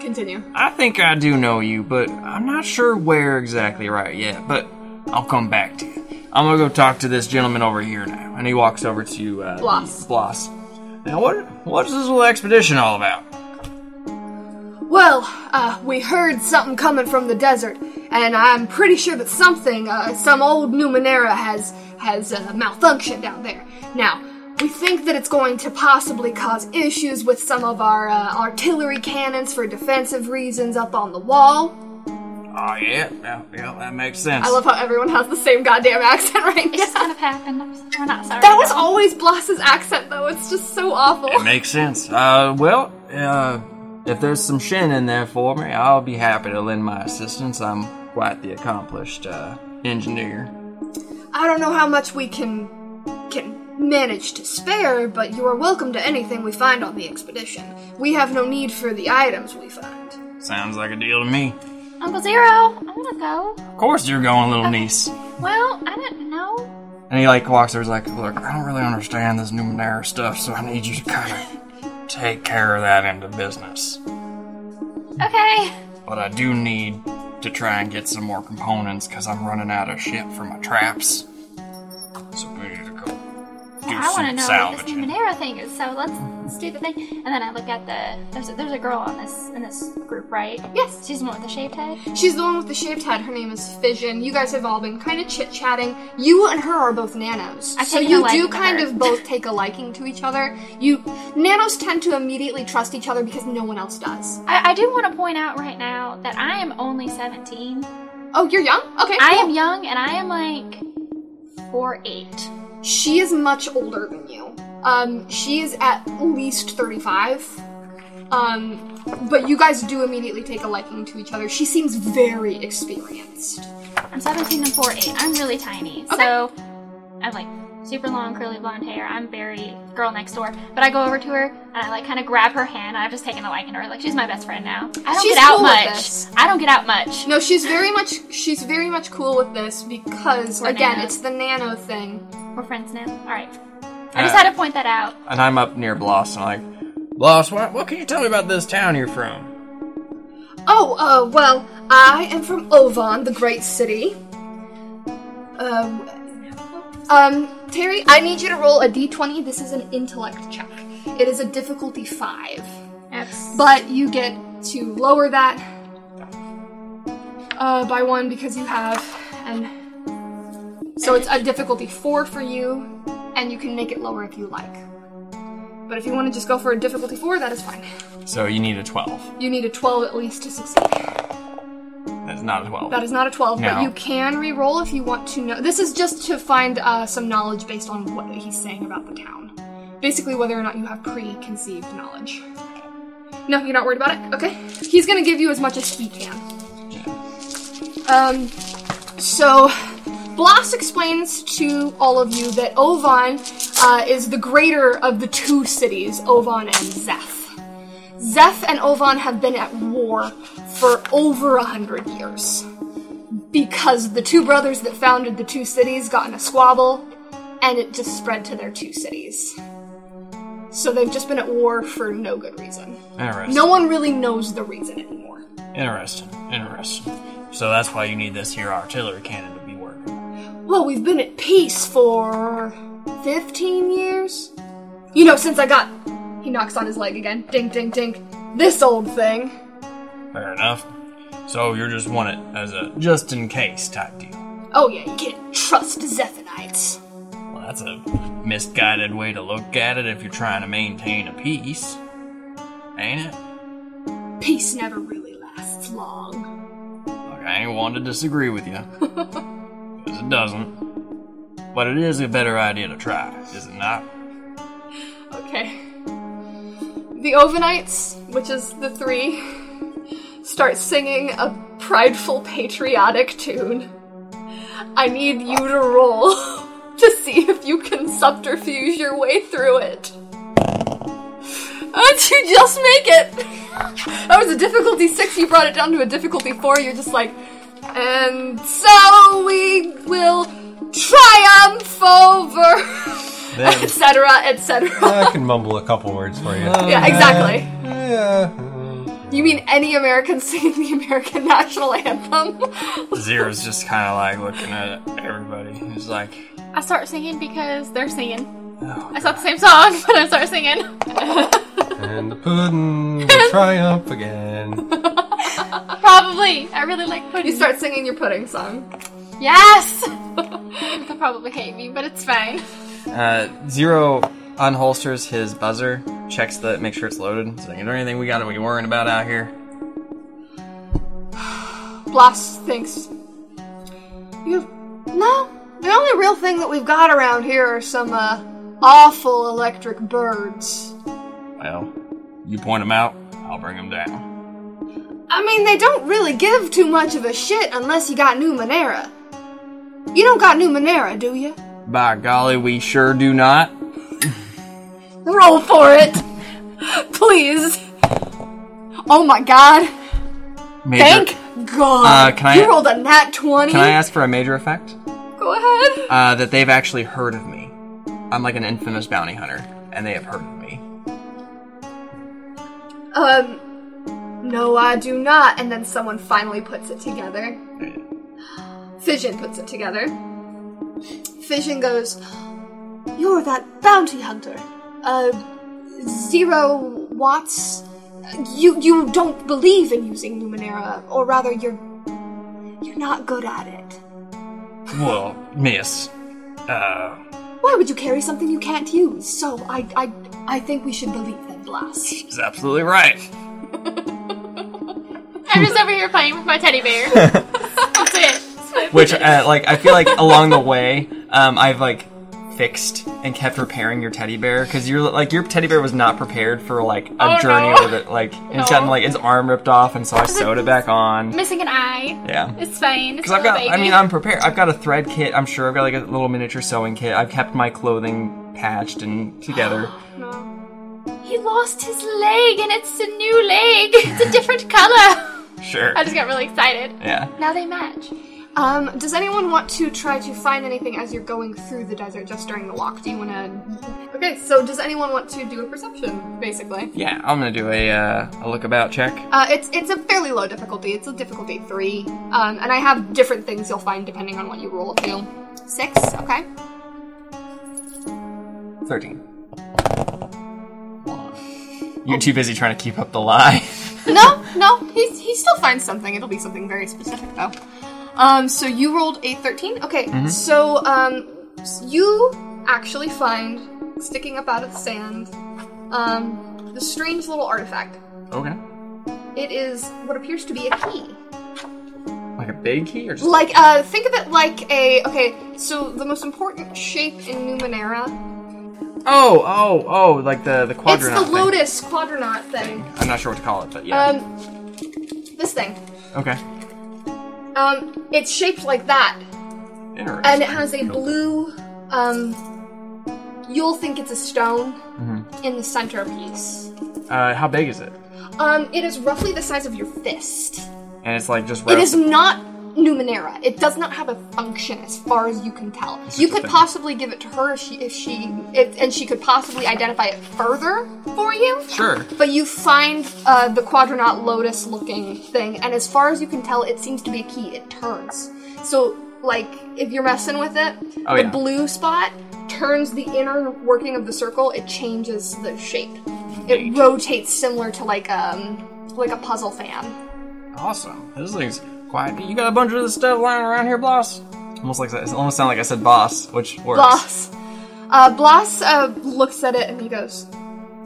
A: Continue.
C: I think I do know you, but I'm not sure where exactly right yet, but I'll come back to you. I'm gonna go talk to this gentleman over here now. And he walks over to uh,
A: Bloss.
C: the- Bloss. Now, what, what's this little expedition all about?
A: Well, uh, we heard something coming from the desert, and I'm pretty sure that something, uh, some old Numenera has has uh, malfunctioned out there. Now, we think that it's going to possibly cause issues with some of our uh, artillery cannons for defensive reasons up on the wall.
C: Oh yeah, yeah, yeah, that makes sense.
A: I love how everyone has the same goddamn accent right
B: It just
A: now.
B: kind of happened. I'm so- We're not sorry.
A: That was always Bloss's accent, though. It's just so awful.
C: it makes sense. Uh, well, uh, if there's some shin in there for me, I'll be happy to lend my assistance. I'm quite the accomplished uh, engineer.
A: I don't know how much we can can manage to spare, but you are welcome to anything we find on the expedition. We have no need for the items we find.
C: Sounds like a deal to me.
B: Uncle Zero. I want to go.
C: Of course you're going, little niece.
B: Well, I don't know.
C: And he like walks over, he's like, look, I don't really understand this Numenera stuff, so I need you to kind of take care of that into business.
B: Okay.
C: But I do need to try and get some more components because I'm running out of shit for my traps. So we need to go do
B: I want to
C: some
B: know what this
C: salvaging.
B: Numenera thing is. So let's, let's do the thing. And then I look at the there's a, there's a girl on this in this group, right?
A: Yes.
B: She's the one with the shaved head.
A: She's the one with the shaved head. Her name is Fission. You guys have all been kind of chit chatting. You and her are both nanos,
B: I've
A: so
B: taken a
A: you
B: liking
A: do
B: to
A: kind
B: her.
A: of both take a liking to each other. You nanos tend to immediately trust each other because no one else does.
B: I, I do want to point out right now that I am only 17.
A: Oh, you're young. Okay,
B: I
A: cool.
B: am young and I am like four eight.
A: She is much older than you. Um, she is at least 35. Um, but you guys do immediately take a liking to each other. She seems very experienced.
B: I'm 17 and 4'8. I'm really tiny. So I'm like super long, curly blonde hair. I'm very girl next door. But I go over to her and I like kind of grab her hand and I've just taken a liking to her. Like she's my best friend now. I don't
A: She's
B: get out
A: cool with this.
B: much. I don't get out much.
A: No, she's very much she's very much cool with this because
B: We're
A: again,
B: nano.
A: it's the nano thing.
B: We're friends now. All right. I just had to point that out.
C: And I'm up near Bloss and I'm like, Bloss, what, what can you tell me about this town you're from?
A: Oh, uh, well, I am from Ovan, the great city. Um, um, Terry, I need you to roll a d20. This is an intellect check. It is a difficulty five.
B: That's
A: but you get to lower that uh, by one because you have and so it's a difficulty four for you and you can make it lower if you like but if you want to just go for a difficulty four that is fine
C: So you need a 12.
A: you need a 12 at least to succeed
C: That's not a 12.
A: that is not a 12
C: No.
A: but you can re-roll if you want to know this is just to find uh, some knowledge based on what he's saying about the town basically whether or not you have preconceived knowledge no you're not worried about it okay he's gonna give you as much as he can um so Blas explains to all of you that Ovan uh, is the greater of the two cities, Ovan and Zeph. Zeph and Ovan have been at war for over a hundred years because the two brothers that founded the two cities got in a squabble and it just spread to their two cities. So they've just been at war for no good reason.
C: Interesting.
A: No one really knows the reason anymore.
C: Interesting. Interesting. So that's why you need this here artillery cannon to be working.
A: Well, we've been at peace for 15 years. You know, since I got. He knocks on his leg again. Ding, ding, ding. This old thing.
C: Fair enough. So you just want it as a just in case type deal.
A: Oh, yeah, you can't trust Zephanites.
C: Well, that's a misguided way to look at it if you're trying to maintain a peace. Ain't it?
A: Peace never really lasts long.
C: Look, I ain't one to disagree with you. 'Cause it doesn't. But it is a better idea to try, is it not?
A: Okay. The Ovenites, which is the three, start singing a prideful, patriotic tune. I need you to roll to see if you can subterfuge your way through it. How'd you just make it? That was a difficulty six, you brought it down to a difficulty four, you're just like, and so we will triumph over,
C: Them.
A: etc., etc.
E: I can mumble a couple words for you.
A: Yeah, exactly.
E: Yeah.
A: You mean any American singing the American national anthem?
C: Zero's just kind of like looking at everybody. He's like,
B: I start singing because they're singing.
C: Oh,
B: I saw the same song, but I start singing.
E: And the pudding will triumph again.
B: Probably. I really like pudding.
A: you start singing your pudding song.
B: Yes! They'll probably hate me, but it's fine.
G: Uh, Zero unholsters his buzzer, checks the, make sure it's loaded. He's like,
C: "Is there anything we got to be worrying about out here?"
A: lost things. You no. The only real thing that we've got around here are some uh, awful electric birds.
F: Well, you point them out, I'll bring them down.
A: I mean, they don't really give too much of a shit unless you got new Monera. You don't got new Monera, do you?
F: By golly, we sure do not.
A: Roll for it, please. Oh my god!
F: Major,
A: Thank God!
F: Uh, can I-
A: you rolled a nat twenty.
F: Can I ask for a major effect?
A: Go ahead.
F: Uh, that they've actually heard of me. I'm like an infamous bounty hunter, and they have heard of me.
A: Um, no, I do not. And then someone finally puts it together. Fission puts it together. Fission goes, You're that bounty hunter. Uh, zero watts. You you don't believe in using Luminera, or rather, you're you're not good at it.
F: Well, miss. Uh,
A: Why would you carry something you can't use? So I I I think we should believe them, Blast.
F: is absolutely right.
B: I'm just over here playing with my teddy bear. That's it.
C: Which, uh, like, I feel like along the way, um, I've like fixed and kept repairing your teddy bear because you're like your teddy bear was not prepared for like a
B: Oh,
C: journey
B: no.
C: with it. Like, and it's
B: No.
C: gotten like its arm ripped off, and so I sewed it back on.
B: Missing an eye.
C: Yeah.
B: It's fine. It's
C: Because I've
B: still a
C: got, I
B: baby.
C: mean, I'm prepared. I've got a thread kit. I'm sure I've got like a little miniature sewing kit. I've kept my clothing patched and together.
B: He lost his leg, and it's a new leg. It's a different color.
C: Sure.
B: I just got really excited.
C: Yeah.
B: Now they match.
A: Um, does anyone want to try to find anything as you're going through the desert just during the walk? Do you want to? Okay, so does anyone want to do a perception, basically?
C: Yeah. I'm gonna do a uh, a look about check.
A: Uh, it's it's a fairly low difficulty. It's a difficulty three, um, and I have different things you'll find depending on what you roll too. Six, okay.
C: Thirteen. You're too busy trying to keep up the lie.
A: No, no, he's, he still finds something. It'll be something very specific though. Um, so you rolled a thirteen. Okay, so um, s- you actually find sticking up out of the sand, um, the strange little artifact.
C: okay.
A: It is what appears to be a key.
C: Like a big key or just
A: Like, uh, think of it like a. Okay, so the most important shape in Numenera.
C: Oh, oh, oh, like the the
A: It's
C: quadronaut.
A: the
C: thing.
A: Lotus quadronaut thing.
C: I'm not sure what to call it, but yeah.
A: Um, this thing.
C: okay.
A: Um, it's shaped like that,
C: Interesting.
A: and it has a blue. Um, you'll think it's a stone in the centerpiece.
C: uh, how big is it?
A: Um, it is roughly the size of your fist.
C: And it's like just
A: It
C: round-
A: is not Numenera. It does not have a function, as far as you can tell. You
C: a
A: could
C: thing.
A: possibly give it to her if she, if she, if, and she could possibly identify it further for you.
C: Sure.
A: But you find uh, the quadronaut lotus-looking thing, and as far as you can tell, it seems to be a key. It turns. So, like, if you're messing with it,
C: Oh,
A: the
C: yeah.
A: blue spot turns the inner working of the circle. It changes the shape. It rotates similar to like um like a puzzle fan.
F: Awesome. This thing's quiet. You got a bunch of this stuff lying around here, boss?
C: Almost like it almost sounded like I said boss, which works.
A: Blas. Uh, Blas uh, looks at it and he goes,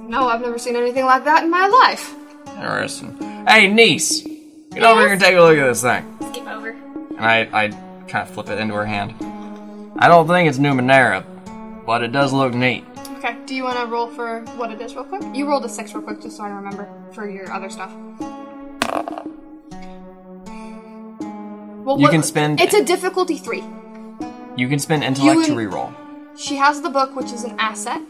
A: No, I've never seen anything like that in my life.
F: Interesting. Hey, niece! Get over here and take a look at this thing.
B: Skip over.
F: And I, I kind of flip it into her hand. I don't think it's Numenera, but it does look neat.
A: Okay, do you want to roll for what it is, real quick? You rolled a six, real quick, just so I remember for your other stuff. Well,
C: You can spend-
A: It's a difficulty three.
C: You can spend intellect to
A: and-
C: reroll.
A: She has the book, which is an asset.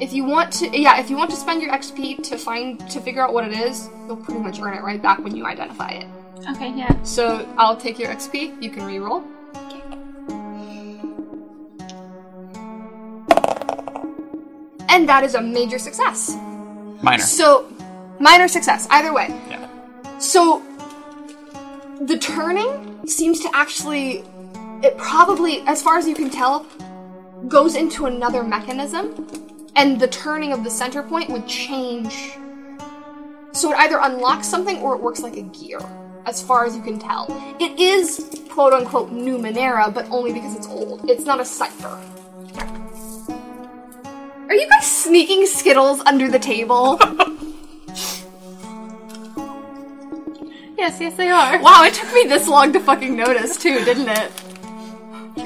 A: If you want to, yeah, if you want to spend your XP to find to figure out what it is, you'll pretty much earn it right back when you identify it.
B: Okay, yeah.
A: So I'll take your XP. You can reroll. And that is a major success.
C: Minor.
A: So, minor success, either way.
C: Yeah.
A: So, the turning seems to actually, it probably, as far as you can tell, goes into another mechanism, and the turning of the center point would change. So, it either unlocks something or it works like a gear, as far as you can tell. It is quote unquote Numenera, but only because it's old. It's not a cipher. Are you guys sneaking Skittles under the table?
B: Yes, yes, they are.
A: Wow, it took me this long to fucking notice, too, didn't it?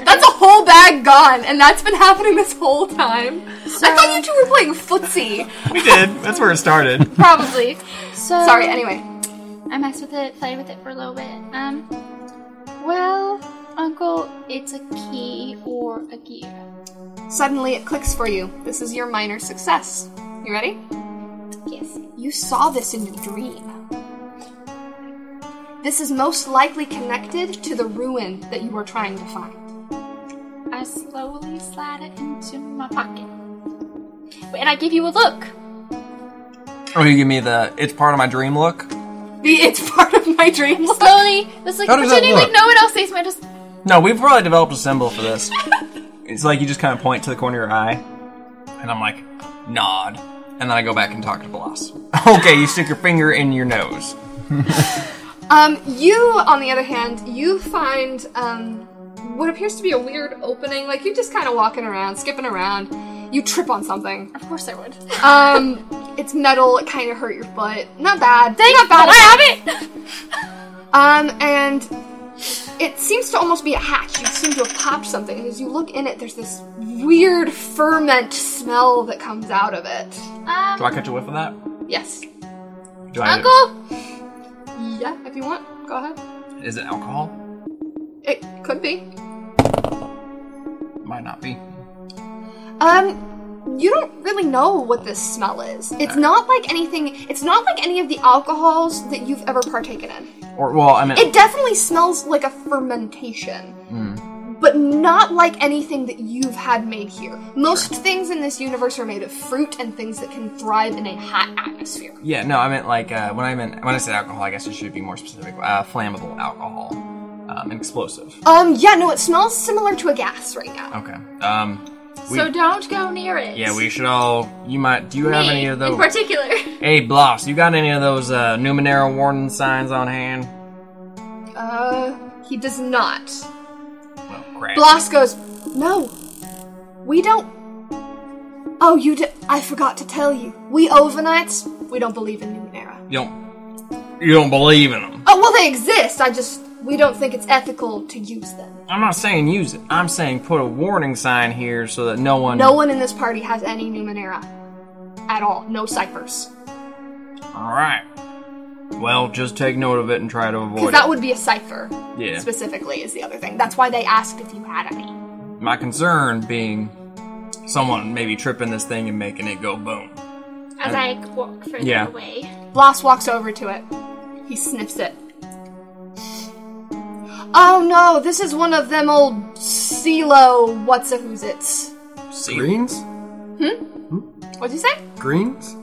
A: That's a whole bag gone, and that's been happening this whole time. I thought you two were playing footsie,
C: We did. That's where it started.
A: probably.
B: So
A: Sorry, anyway.
B: I messed with it, played with it for a little bit. Um, well, Uncle, it's a key or a gear.
A: Suddenly it clicks for you. This is your minor success. You ready?
B: Yes.
A: You saw this in your dream. This is most likely connected to the ruin that you are trying to find.
B: I slowly slide it into my pocket, and I give you a look.
C: Oh, you give me the it's part of my dream look?
A: The it's part of my dreams.
B: Slowly, just like
E: How does that
B: pretending like
E: look?
B: no one else sees me. I just
C: No, we've probably developed a symbol for this. it's like you just kind of point to the corner of your eye, and I'm like, nod. And then I go back and talk to Velas. okay, you stick your finger in your nose.
A: Um, you, on the other hand, you find um, what appears to be a weird opening. Like you're just kind of walking around, skipping around. You trip on something.
B: of course I would.
A: Um, it's metal. It kind of hurt your foot. Not bad. Not bad.
B: I have it.
A: Um, and it seems to almost be a hatch. You seem to have popped something. And as you look in it, there's this weird ferment smell that comes out of it.
C: Do I catch a whiff of that?
A: Yes.
C: Do I,
A: Uncle? Yeah, if you want, go ahead.
C: Is it alcohol?
A: It could be.
C: Might not be.
A: Um, you don't really know what this smell is. It's not like anything, it's not like any of the alcohols that you've ever partaken in.
C: Or well, I mean,
A: It definitely smells like a fermentation. But not like anything that you've had made here. Most things in this universe are made of fruit and things that can thrive in a hot atmosphere.
C: yeah, no, I meant like uh, when I meant when I said alcohol, I guess I should be more specific. Uh, flammable alcohol, um, and explosive.
A: Um, yeah, no, it smells similar to a gas right now.
C: Okay. Um, we,
B: So don't go near it.
C: yeah, we should all. You might. Do you have any of
B: in
C: those?
B: particular?
C: Hey, Bloss, you got any of those uh, Numenera warning signs on hand?
A: Uh, he does not.
C: Well, crap.
A: Blas goes, No, we don't. Oh, you did. I forgot to tell you. We Ovenites, we don't believe in Numenera.
C: you don't. You don't believe in them.
A: Oh, well, they exist. I just. We don't think it's ethical to use them.
C: I'm not saying use it. I'm saying put a warning sign here so that no one.
A: No one in this party has any Numenera. At all. No ciphers.
C: All right. Well, just take note of it and try to
A: Because
C: avoid
A: that would be a cipher,
C: it. Yeah.
A: specifically, is the other thing. That's why they asked if you had any.
C: My concern being someone maybe tripping this thing and making it go boom.
B: As I walk further
C: Yeah.
B: away.
A: Blas walks over to it. He sniffs it. Oh no, this is one of them old CeeLo what's a who's its.
C: See,
E: Greens?
A: What'd you say?
E: Greens?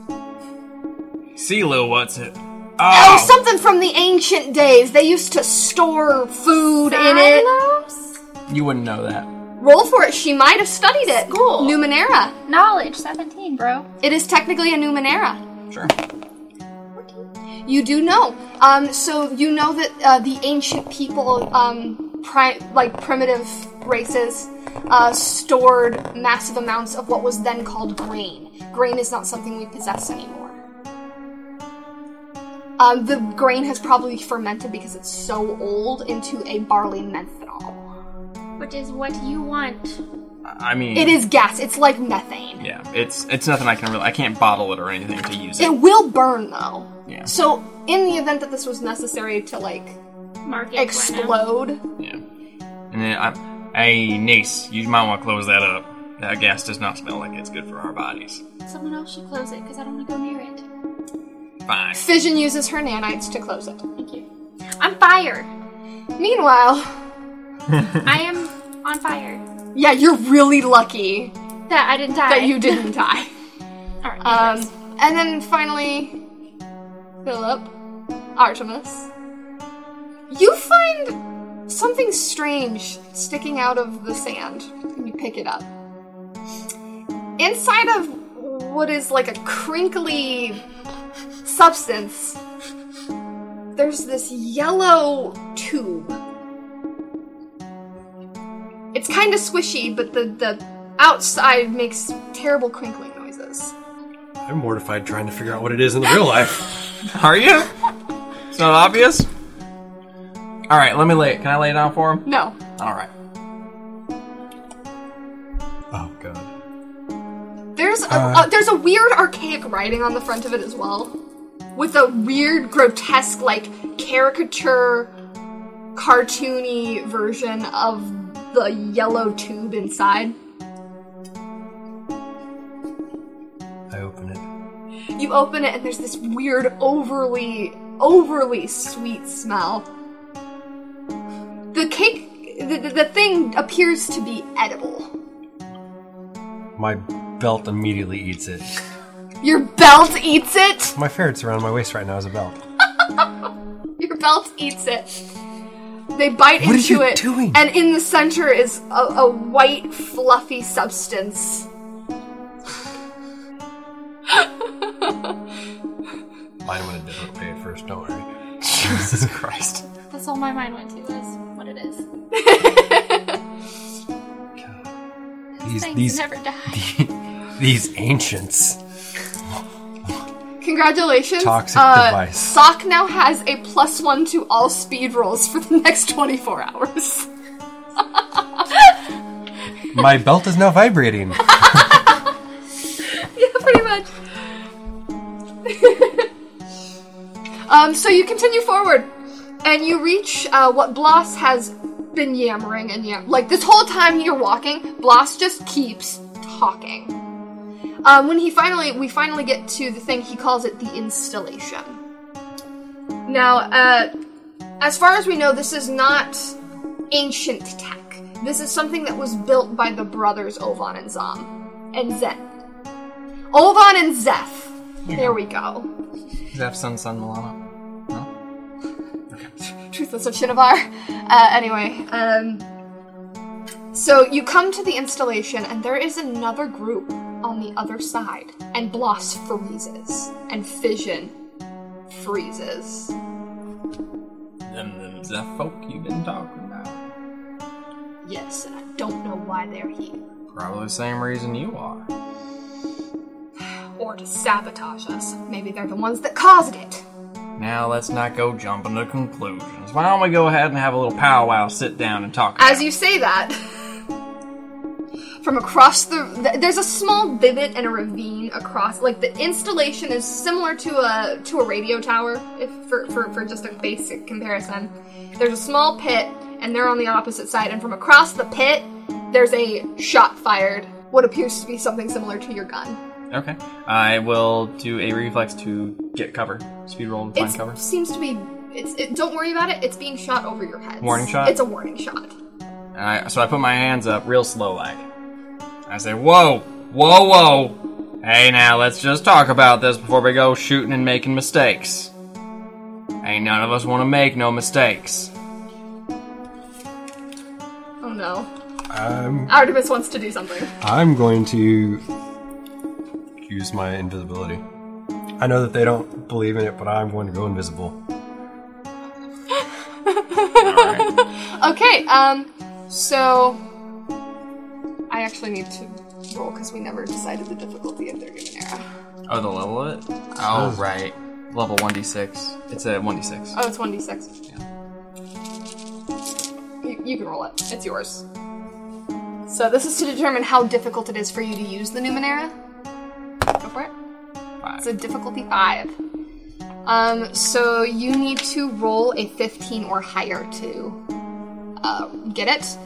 C: see, Lil, what's it?
A: Oh,
C: Oh,
A: something from the ancient days. They used to store food in it.
B: Silos?
C: you wouldn't know that.
A: Roll for it. She might have studied it.
B: School.
A: Numenera.
B: Knowledge, seventeen, bro.
A: It is technically a Numenera.
C: Sure.
A: You do know. Um, so you know that uh, the ancient people, um, pri- like primitive races, uh, stored massive amounts of what was then called grain. Grain is not something we possess anymore. Um, the grain has probably fermented because it's so old into a barley menthanol.
B: Which is what you want.
C: I I mean,
A: It is gas. It's like methane.
C: Yeah, it's it's nothing I can really. I can't bottle it or anything to use
A: It
C: it.
A: will burn though.
C: Yeah.
A: So in the event that this was necessary to like
B: Market
A: explode,
C: Yeah. And then I'm, hey niece, you might want to close that up. That gas does not smell like it's good for our bodies.
B: Someone else should close it because I don't want to go near it.
C: Fine.
A: Fission uses her nanites to close it.
B: Thank you. I'm fire.
A: Meanwhile,
B: I am on fire.
A: yeah, you're really lucky
B: That I didn't die.
A: that you didn't die.
B: All right.
A: Um, and then finally, Philip, Artemis, you find something strange sticking out of the sand, and you pick it up. Inside of what is like a crinkly substance, there's this yellow tube. It's kind of squishy, but the, the outside makes terrible crinkling noises.
E: I'm mortified trying to figure out what it is in real life.
C: Are you? It's not obvious. All right, let me lay it. Can I lay it down for him?
A: No.
C: All right.
E: Oh god.
A: There's a,
E: Uh,
A: uh, there's a weird archaic writing on the front of it as well, with a weird grotesque like caricature, cartoony version of the yellow tube inside.
E: I open it.
A: You open it and there's this weird, overly, overly sweet smell. The cake, the, the, the thing appears to be edible.
E: My belt immediately eats it.
A: Your belt eats it.
E: My ferret's around my waist right now as a belt.
A: Your belt eats it. They bite
E: What are
A: into
E: you
A: it,
E: doing?
A: and in the center is a, a white, fluffy substance.
E: Mine went a different way at first, don't worry.
C: Jesus Christ.
B: That's all my mind went to is what it is.
E: These
B: Things
E: these
B: never die.
E: these ancients.
A: Congratulations. Uh,
E: Toxic device.
A: Sock now has a plus one to all speed rolls for the next 24 hours.
E: My belt is now vibrating.
A: yeah, pretty much. um, so you continue forward, and you reach uh, what Bloss has been yammering and yam. Like this whole time you're walking, Bloss just keeps talking. Um, when he finally, we finally get to the thing he calls it the installation. Now, uh, as far as we know, this is not ancient tech. This is something that was built by the brothers Ovan and Zom and Zen. Olvan and Zeph. There we go.
C: Zeph Sun Sun Milano.
A: Truthless of Shinovar. Uh, anyway, um, so you come to the installation, and there is another group on the other side, and Bloss freezes, and Fission freezes.
C: Them, them Zeph folk you've been talking about.
A: Yes, and I don't know why they're here.
C: Probably the same reason you are.
A: Or to sabotage us. Maybe they're the ones that caused it.
C: Now let's not go jumping to conclusions. Why don't we go ahead and have a little powwow, sit down, and talk?
A: As you say that, from across the th- there's a small divot and a ravine across. Like the installation is similar to a to a radio tower, if for for, for just a basic comparison. There's a small pit, and they're on the opposite side. And from across the pit, there's a shot fired. What appears to be something similar to your gun.
C: Okay. I will do a reflex to get cover. Speed roll and find cover.
A: It seems to be. It's. It, don't worry about it. It's being shot over your head.
C: Warning shot?
A: It's a warning shot.
C: And I, so I put my hands up real slow like. I say, whoa, whoa, whoa. Hey now, let's just talk about this before we go shooting and making mistakes. Ain't none of us want to make no mistakes.
A: Oh no.
E: I'm
A: Artemis wants to do something.
E: I'm going to use my invisibility. I know that they don't believe in it, but I'm going to go invisible.
A: Okay, um, so I actually need to roll because we never decided the difficulty of their given era.
C: Oh, the level of it? Oh, right. Level 1d6. It's a 1d6.
A: Oh, it's 1d6. You, you can roll it, it's yours. So, this is to determine how difficult it is for you to use the Numenera. Go for it. It's a difficulty 5. Um, so, you need to roll a 15 or higher to uh, get it.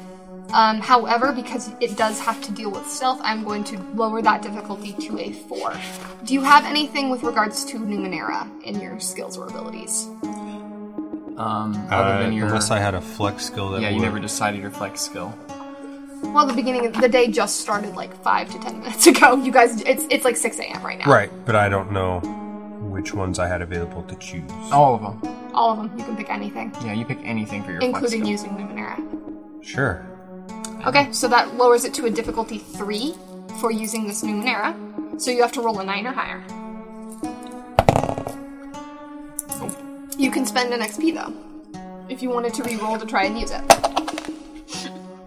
A: Um, however, because it does have to deal with stealth, I'm going to lower that difficulty to a 4. Do you have anything with regards to Numenera in your skills or abilities?
C: Um, other than
E: Uh,
C: your.
E: Unless I had a flex skill that
C: yeah, you
E: would-
C: never decided your flex skill.
A: Well, the beginning of the day just started like five to ten minutes ago. You guys, it's it's like six a.m. right now.
E: Right, but I don't know which ones I had available to choose.
C: All of them.
A: All of them. You can pick anything,
C: Yeah, you pick anything for your flex skill.
A: including using Luminera.
E: Sure.
A: Okay, so that lowers it to a difficulty three for using this Numenera. So you have to roll a nine or higher.
C: Nope.
A: You can spend an XP though, if you wanted to re-roll to try and use it.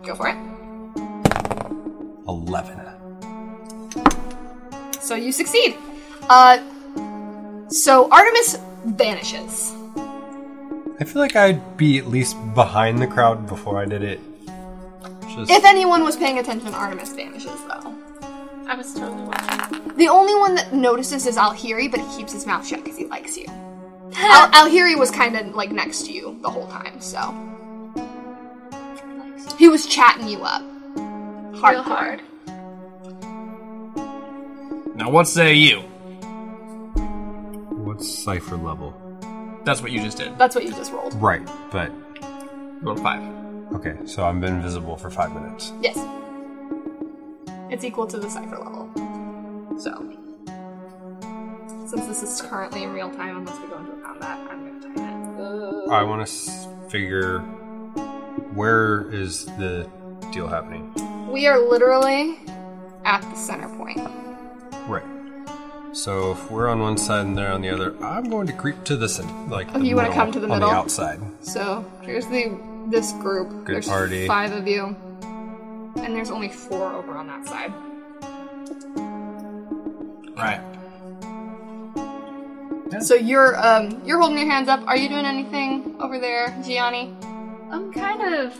A: Go for it.
E: 11.
A: So you succeed. Uh, so Artemis vanishes.
E: I feel like I'd be at least behind the crowd before I did it. Just
A: If anyone was paying attention, Artemis vanishes though.
B: I was totally watching.
A: The only one that notices is Alhiri, but he keeps his mouth shut because he likes you. Al- Alhiri was kind of like next to you the whole time, so he was chatting you up. Hard.
B: Real hard.
C: Now, what say you?
E: what's cipher level?
C: That's what you just did.
A: That's what you just rolled.
E: Right, but
C: You rolled a five.
E: okay. So I've been invisible for five minutes.
A: Yes. It's equal to the cipher level. So, since this is currently in real time, unless we go into a combat, I'm going to time it.
E: I want to s- figure where is the deal happening?
A: We are literally at the center point.
E: Right. So if we're on one side and they're on the other, I'm going to creep to this and like.
A: Oh, you wanna
E: middle,
A: come to the
E: on the
A: middle?
E: outside.
A: So here's the this group.
E: Good
A: there's
E: party.
A: five of you, and there's only four over on that side.
C: Right.
A: So you're um you're holding your hands up. Are you doing anything over there, Gianni?
B: I'm kind of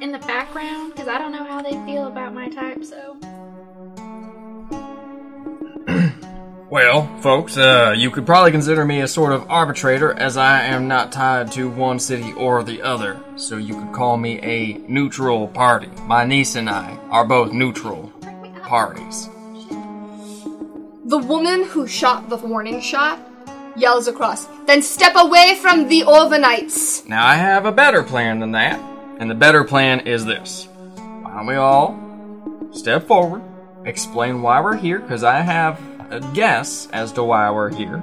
B: in the background because I don't know how they feel about my type, so.
C: Well, folks, uh, you could probably consider me a sort of arbitrator as I am not tied to one city or the other, so you could call me a neutral party. My niece and I are both neutral parties.
A: The woman who shot the warning shot yells across. Then step away from the overnights.
C: Now, I have a better plan than that, and the better plan is this. Why don't we all step forward, explain why we're here, because I have a guess as to why we're here.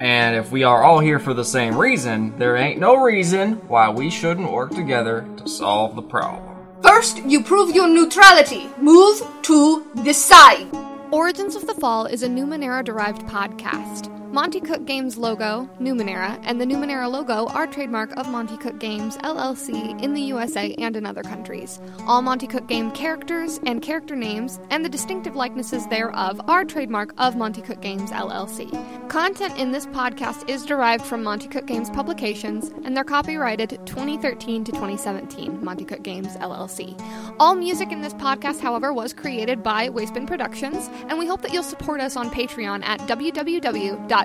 C: And if we are all here for the same reason, there ain't no reason why we shouldn't work together to solve the problem.
A: First, you prove your neutrality. Move to the side. Origins of the Fall is a Numenera derived podcast. Monty Cook Games logo, Numenera, and the Numenera logo are trademark of Monty Cook Games LLC in the USA and in other countries. All Monty Cook Game characters and character names and the distinctive likenesses thereof are trademark of Monty Cook Games LLC. Content in this podcast is derived from Monty Cook Games publications and they're copyrighted 2013 to 2017 Monty Cook Games LLC. All music in this podcast, however, was created by Wastebin Productions, and we hope that you'll support us on Patreon at www.patreon.com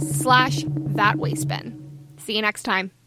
A: slash thatwastebin. See you next time.